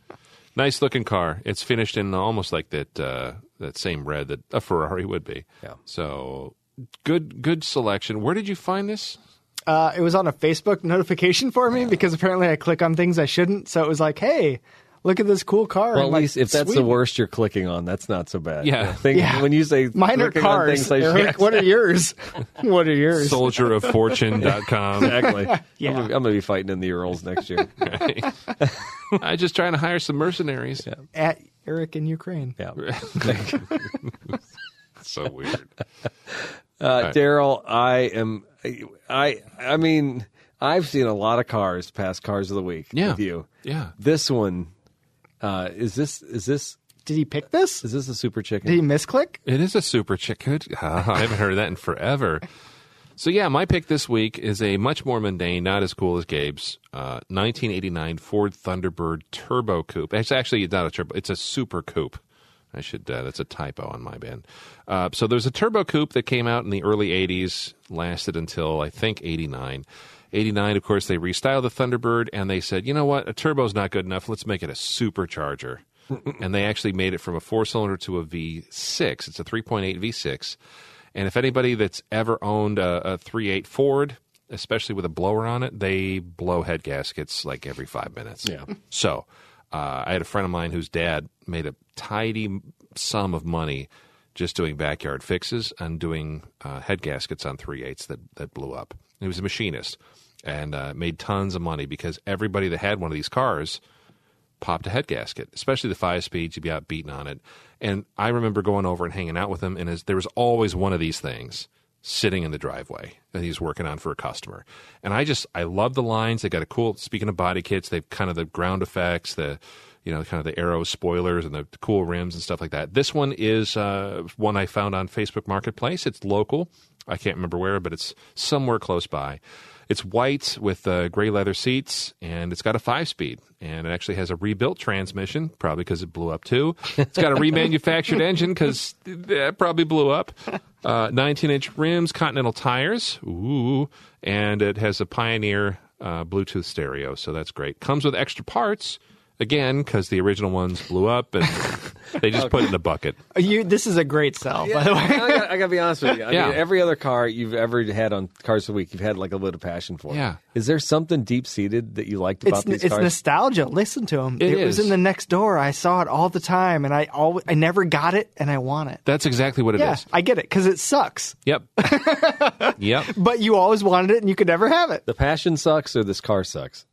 Nice looking car. It's finished in almost like that uh, that same red that a Ferrari would be. Yeah. So good good selection. Where did you find this? uh, it was on a Facebook notification for me because apparently I click on things I shouldn't. So it was like, hey, look at this cool car. Well, I'm at like, least if that's the "Sweet." worst you're clicking on, that's not so bad. Yeah. The thing- Yeah. When you say Mine are clicking on cars. things like- Eric, what are yours? what are yours? Soldieroffortune.com. exactly. Yeah. I'm, gonna, I'm gonna be fighting in the Urals next year. I'm just trying to hire some mercenaries. At Eric in Ukraine. Yeah. So weird. Uh, Daryl, I am. I. I mean, I've seen a lot of cars past cars of the week. Yeah. With you. Yeah. This one. Uh, is this is this Did he pick this? is this a super chicken? Did he misclick? It is a super chick. Good. Ah, I haven't heard of that in forever. So yeah, my pick this week is a much more mundane, not as cool as Gabe's, uh, 1989 Ford Thunderbird Turbo Coupe. It's actually not a turbo; it's a Super Coupe. I should. Uh, that's a typo on my band. Uh, so there's a Turbo Coupe that came out in the early 80s, lasted until I think 89. 89, of course, they restyled the Thunderbird and they said, you know what, a turbo's not good enough. Let's make it a supercharger. and they actually made it from a four cylinder to a V6. It's a 3.8 V6. And if anybody that's ever owned a, a 3.8 Ford, especially with a blower on it, they blow head gaskets like every five minutes. Yeah. So uh, I had a friend of mine whose dad made a tidy sum of money just doing backyard fixes and doing uh, head gaskets on 3.8s that, that blew up. And he was a machinist and uh, made tons of money because everybody that had one of these cars – popped a head gasket, especially the five speeds. You'd be out beating on it. And I remember going over and hanging out with him, and his, there was always one of these things sitting in the driveway that he's working on for a customer. And I just, I love the lines. They got a cool, speaking of body kits, they've kind of the ground effects, the, you know, kind of the arrow spoilers and the cool rims and stuff like that. This one is uh, one I found on Facebook Marketplace. It's local. I can't remember where, but it's somewhere close by. It's white with uh, gray leather seats, and it's got a five speed, and it actually has a rebuilt transmission, probably because it blew up too. It's got a remanufactured engine because that probably blew up. Uh, 19 inch rims, Continental tires, ooh, and it has a Pioneer uh, Bluetooth stereo, so that's great. Comes with extra parts. Again, because the original ones blew up and they just put it in a bucket. You, this is a great sell, by the way. Oh, I, gotta, I gotta be honest with you. I Yeah. mean, every other car you've ever had on Cars of the Week, you've had like a little passion for. Yeah. Is there something deep seated that you liked about It's, these it's cars? nostalgia. Listen to him. It It, was is. in the next door. I saw it all the time, and I always, I never got it, and I want it. That's exactly what it is. Yeah, I get it because it sucks. Yep. yep. But you always wanted it, and you could never have it. the passion sucks or this car sucks?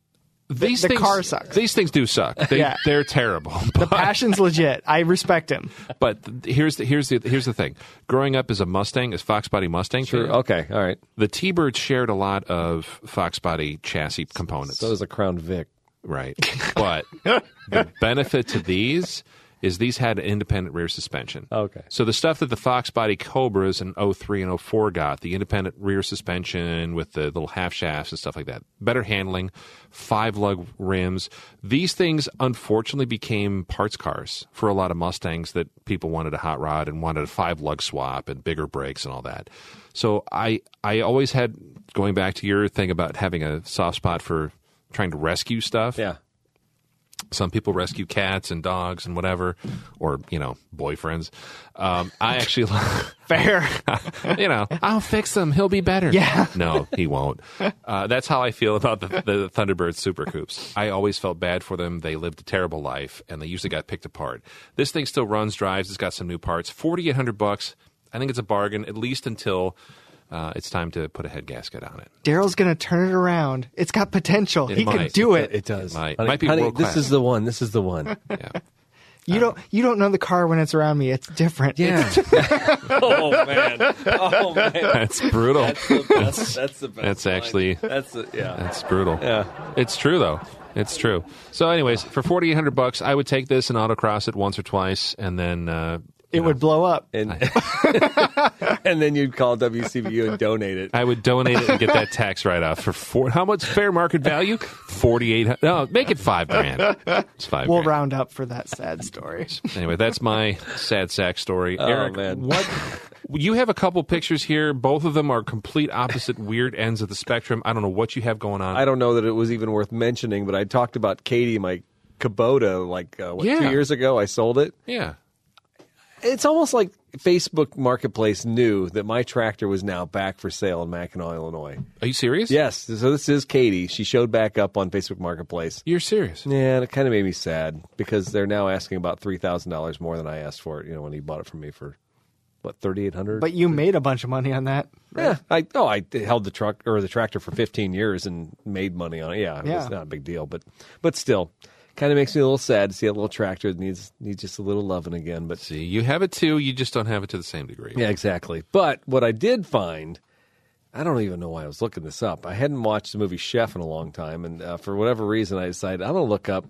These the things, car sucks. These things do suck. They, Yeah. They're terrible. The passion's legit. I respect him. But th- here's the here's the here's the thing. Growing up as a Mustang, as Fox Body Mustang, Sure. fan, Okay. All right. the T-Bird shared a lot of Fox Body chassis components. So is a Crown Vic. right. But the benefit to these is these had independent rear suspension. Okay. So the stuff that the Fox Body Cobras in 03 and 04 got, the independent rear suspension with the little half shafts and stuff like that, better handling, five lug rims. These things unfortunately became parts cars for a lot of Mustangs that people wanted a hot rod and wanted a five lug swap and bigger brakes and all that. So I I always had going back to your thing about having a soft spot for trying to rescue stuff. Yeah. Some people rescue cats and dogs and whatever, or you know, boyfriends. Um, I actually, Fair. you know, I'll fix him. He'll be better. Yeah. No, he won't. Uh, that's how I feel about the, the Thunderbird Super Coupes. I always felt bad for them. They lived a terrible life, and they usually got picked apart. This thing still runs, drives. It's got some new parts. Forty eight hundred bucks. I think it's a bargain, at least until uh, it's time to put a head gasket on it. Daryl's gonna turn it around. It's got potential. he can might. do it. It does. It might- might be honey, world this class. is the one. This is the one. Yeah. you don't. You don't know the car when it's around me. It's different. Yeah. oh man. Oh man. That's brutal. That's, that's the best. that's line. actually- That's the, yeah. That's brutal. Yeah. It's true though. It's true. So, anyways, for forty eight hundred bucks, I would take this and autocross it once or twice, and then uh, it would blow up. And and then you'd call WCBU and donate it. I would donate it and get that tax write off for four. How much fair market value? Forty eight. No, make it five grand. It's five. We'll grand. round up for that sad story. Anyway, that's my sad sack story. Eric, Oh, man. what? You have a couple pictures here. Both of them are complete opposite weird ends of the spectrum. I don't know what you have going on. I don't know that it was even worth mentioning, but I talked about Katie, my Kubota, like uh, what, Yeah. two years ago. I sold it. yeah. It's almost like Facebook Marketplace knew that my tractor was now back for sale in Mackinac, Illinois. Are you serious? Yes, so this is Katie. She showed back up on Facebook Marketplace. You're serious. Yeah, and it kind of made me sad because they're now asking about three thousand dollars more than I asked for it. You know, when he bought it from me for what thirty eight hundred. But you made a bunch of money on that. Yeah, I oh I held the truck or the tractor for 15 years and made money on it. Yeah, Yeah. it's not a big deal, but but still, kind of makes me a little sad to see a little tractor that needs needs just a little loving again. But See, you have it too. You just don't have it to the same degree. yeah, exactly. But what I did find, I don't even know why I was looking this up. I hadn't watched the movie Chef in a long time, and uh, for whatever reason, I decided I'm gonna look up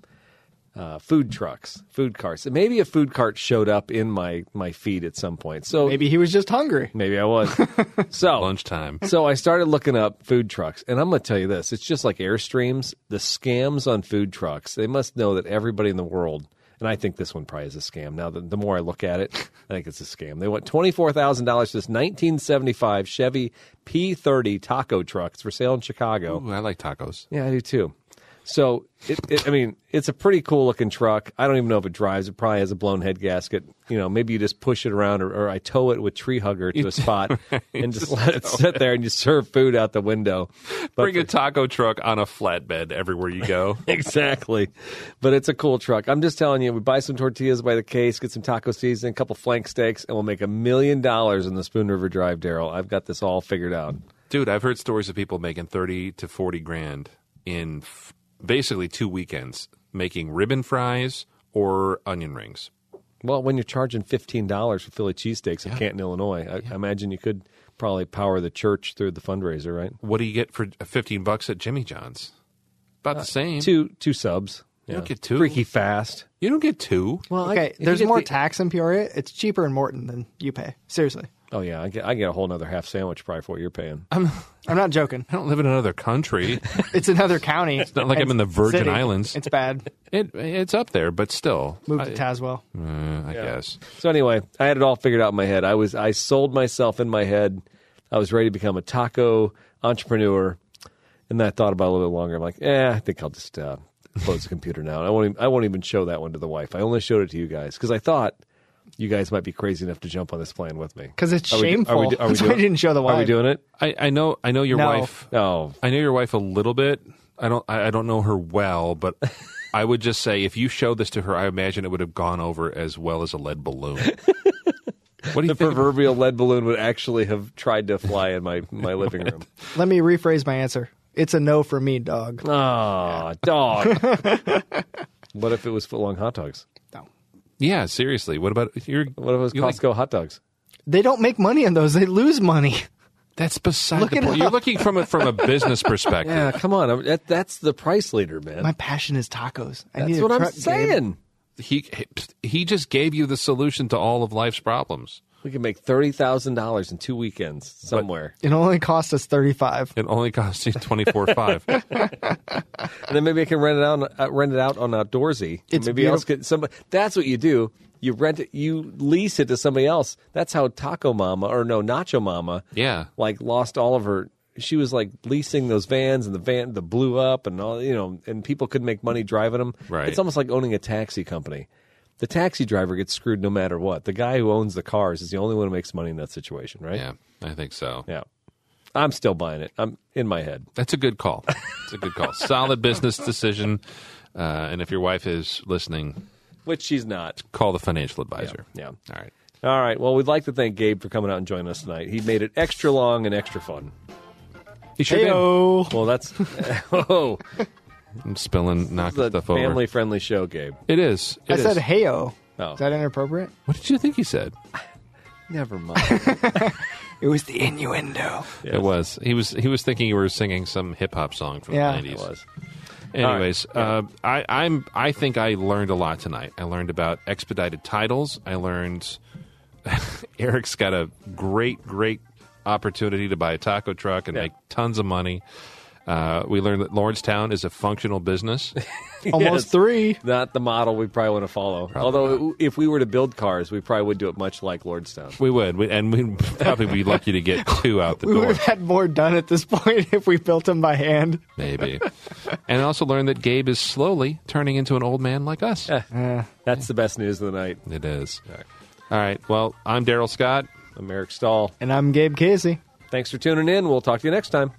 uh, food trucks, food carts. And Maybe a food cart showed up in my my feed at some point. So Maybe he was just hungry. maybe I was. Oh. so Lunchtime. So I started looking up food trucks, and I'm going to tell you this: it's just like airstreams. The scams on food trucks. They must know that everybody in the world, and I think this one probably is a scam. Now, the, the more I look at it, I think it's a scam. They want twenty four thousand dollars for this 1975 Chevy P30 taco trucks for sale in Chicago. Ooh, I like tacos. Yeah, I do too. So, it, it, I mean, it's a pretty cool looking truck. I don't even know if it drives. It probably has a blown head gasket. You know, maybe you just push it around, or, or I tow it with tree hugger to a spot and just, let it sit there and you serve food out the window. But Bring a taco truck on a flatbed everywhere you go. exactly. But it's a cool truck. I'm just telling you, we buy some tortillas by the case, get some taco seasoning, a couple flank steaks, and we'll make a million dollars in the Spoon River Drive, Daryl. I've got this all figured out. Dude, I've heard stories of people making 30 to 40 grand in f- basically two weekends making ribbon fries or onion rings. Well, when you're charging fifteen dollars for Philly cheesesteaks in Canton, Illinois, I, I imagine you could probably power the church through the fundraiser, right? What do you get for 15 bucks at Jimmy John's? About the same. Uh, Two two subs. You don't get two. Freaky fast. You don't get two. Well, Okay, there's more tax in Peoria. It's cheaper in Morton than you pay. Seriously. Oh yeah, I get, I get a whole nother half sandwich probably for what you're paying. I'm not joking. I don't live in another country. It's another county. It's not like I'm in the Virgin Islands. It's bad. it, it's up there, but still. Move I, to Tazewell. uh, I guess. So anyway, I had it all figured out in my head. I was I sold myself in my head. I was ready to become a taco entrepreneur, and then I thought about it a little bit longer. I'm like, eh, I think I'll just uh, close the computer now. And I won't. Even, I won't even show that one to the wife. I only showed it to you guys because I thought you guys might be crazy enough to jump on this plan with me. Because it's Are we- are we- shameful. are we That's why I doing- didn't show the wife. Are we doing it? I, I know I know your No. wife Oh, I know your wife a little bit. I don't. I I don't know her well, but I would just say if you showed this to her, I imagine it would have gone over as well as a lead balloon. what do you the think? proverbial lead balloon would actually have tried to fly in my my living room. Let me rephrase my answer. It's a no for me, dog. Ah, dog. what if it was foot long hot dogs? No. yeah, seriously. What about if you're? What if it was you're like- Costco hot dogs? They don't make money on those. They lose money. that's beside Look the it point. You're looking from a from a business perspective. Yeah, come on. I'm- That, that's the price leader, man. My passion is tacos. I that's need a what I'm truck, Gabe. saying. He he just gave you the solution to all of life's problems. We can make thirty thousand dollars in two weekends somewhere, It only cost us thirty five. It only costs you twenty four five. and then maybe I can rent it out. Uh, rent it out on outdoorsy. It's maybe else could somebody. That's what you do. You rent it. You lease it to somebody else. That's how Taco Mama or no Nacho Mama. Yeah. like lost all of her. She was like leasing those vans, and the van the blew up, and all you know, and people couldn't make money driving them. Right. It's almost like owning a taxi company. The taxi driver gets screwed no matter what. The guy who owns the cars is the only one who makes money in that situation, right? Yeah, I think so. Yeah. I'm still buying it. I'm in my head. That's a good call. It's a good call. Solid business decision. Uh, and if your wife is listening, Which she's not. call the financial advisor. Yeah. All right. All right. Well, we'd like to thank Gabe for coming out and joining us tonight. He made it extra long and extra fun. He should Heyo. Well, that's oh, I'm spilling, knocking the stuff over. family friendly show, Gabe. It is. I It is. said heyo. Oh. Is that inappropriate? what did you think he said? Never mind. It was the innuendo. It was. He was. He was thinking you were singing some hip hop song from Yeah. the it nineties. was. Anyways, uh, I, I'm. I think I learned a lot tonight. I learned about expedited titles. I learned Eric's got a great, great opportunity to buy a taco truck and Yeah. make tons of money. Uh, we learned that Lawrencetown is a functional business. Yes. Almost three. Not the model we probably want to follow. Although, if we were to build cars, we probably would do it much like Lordstown. we would, we, and we'd probably be lucky to get two out the We door. would have had more done at this point if we built them by hand. Maybe. and I also learned that Gabe is slowly turning into an old man like us. That's the best news of the night. It is. All right. Well, I'm Daryl Scott. I'm Eric Stahl. And I'm Gabe Casey. Thanks for tuning in. We'll talk to you next time.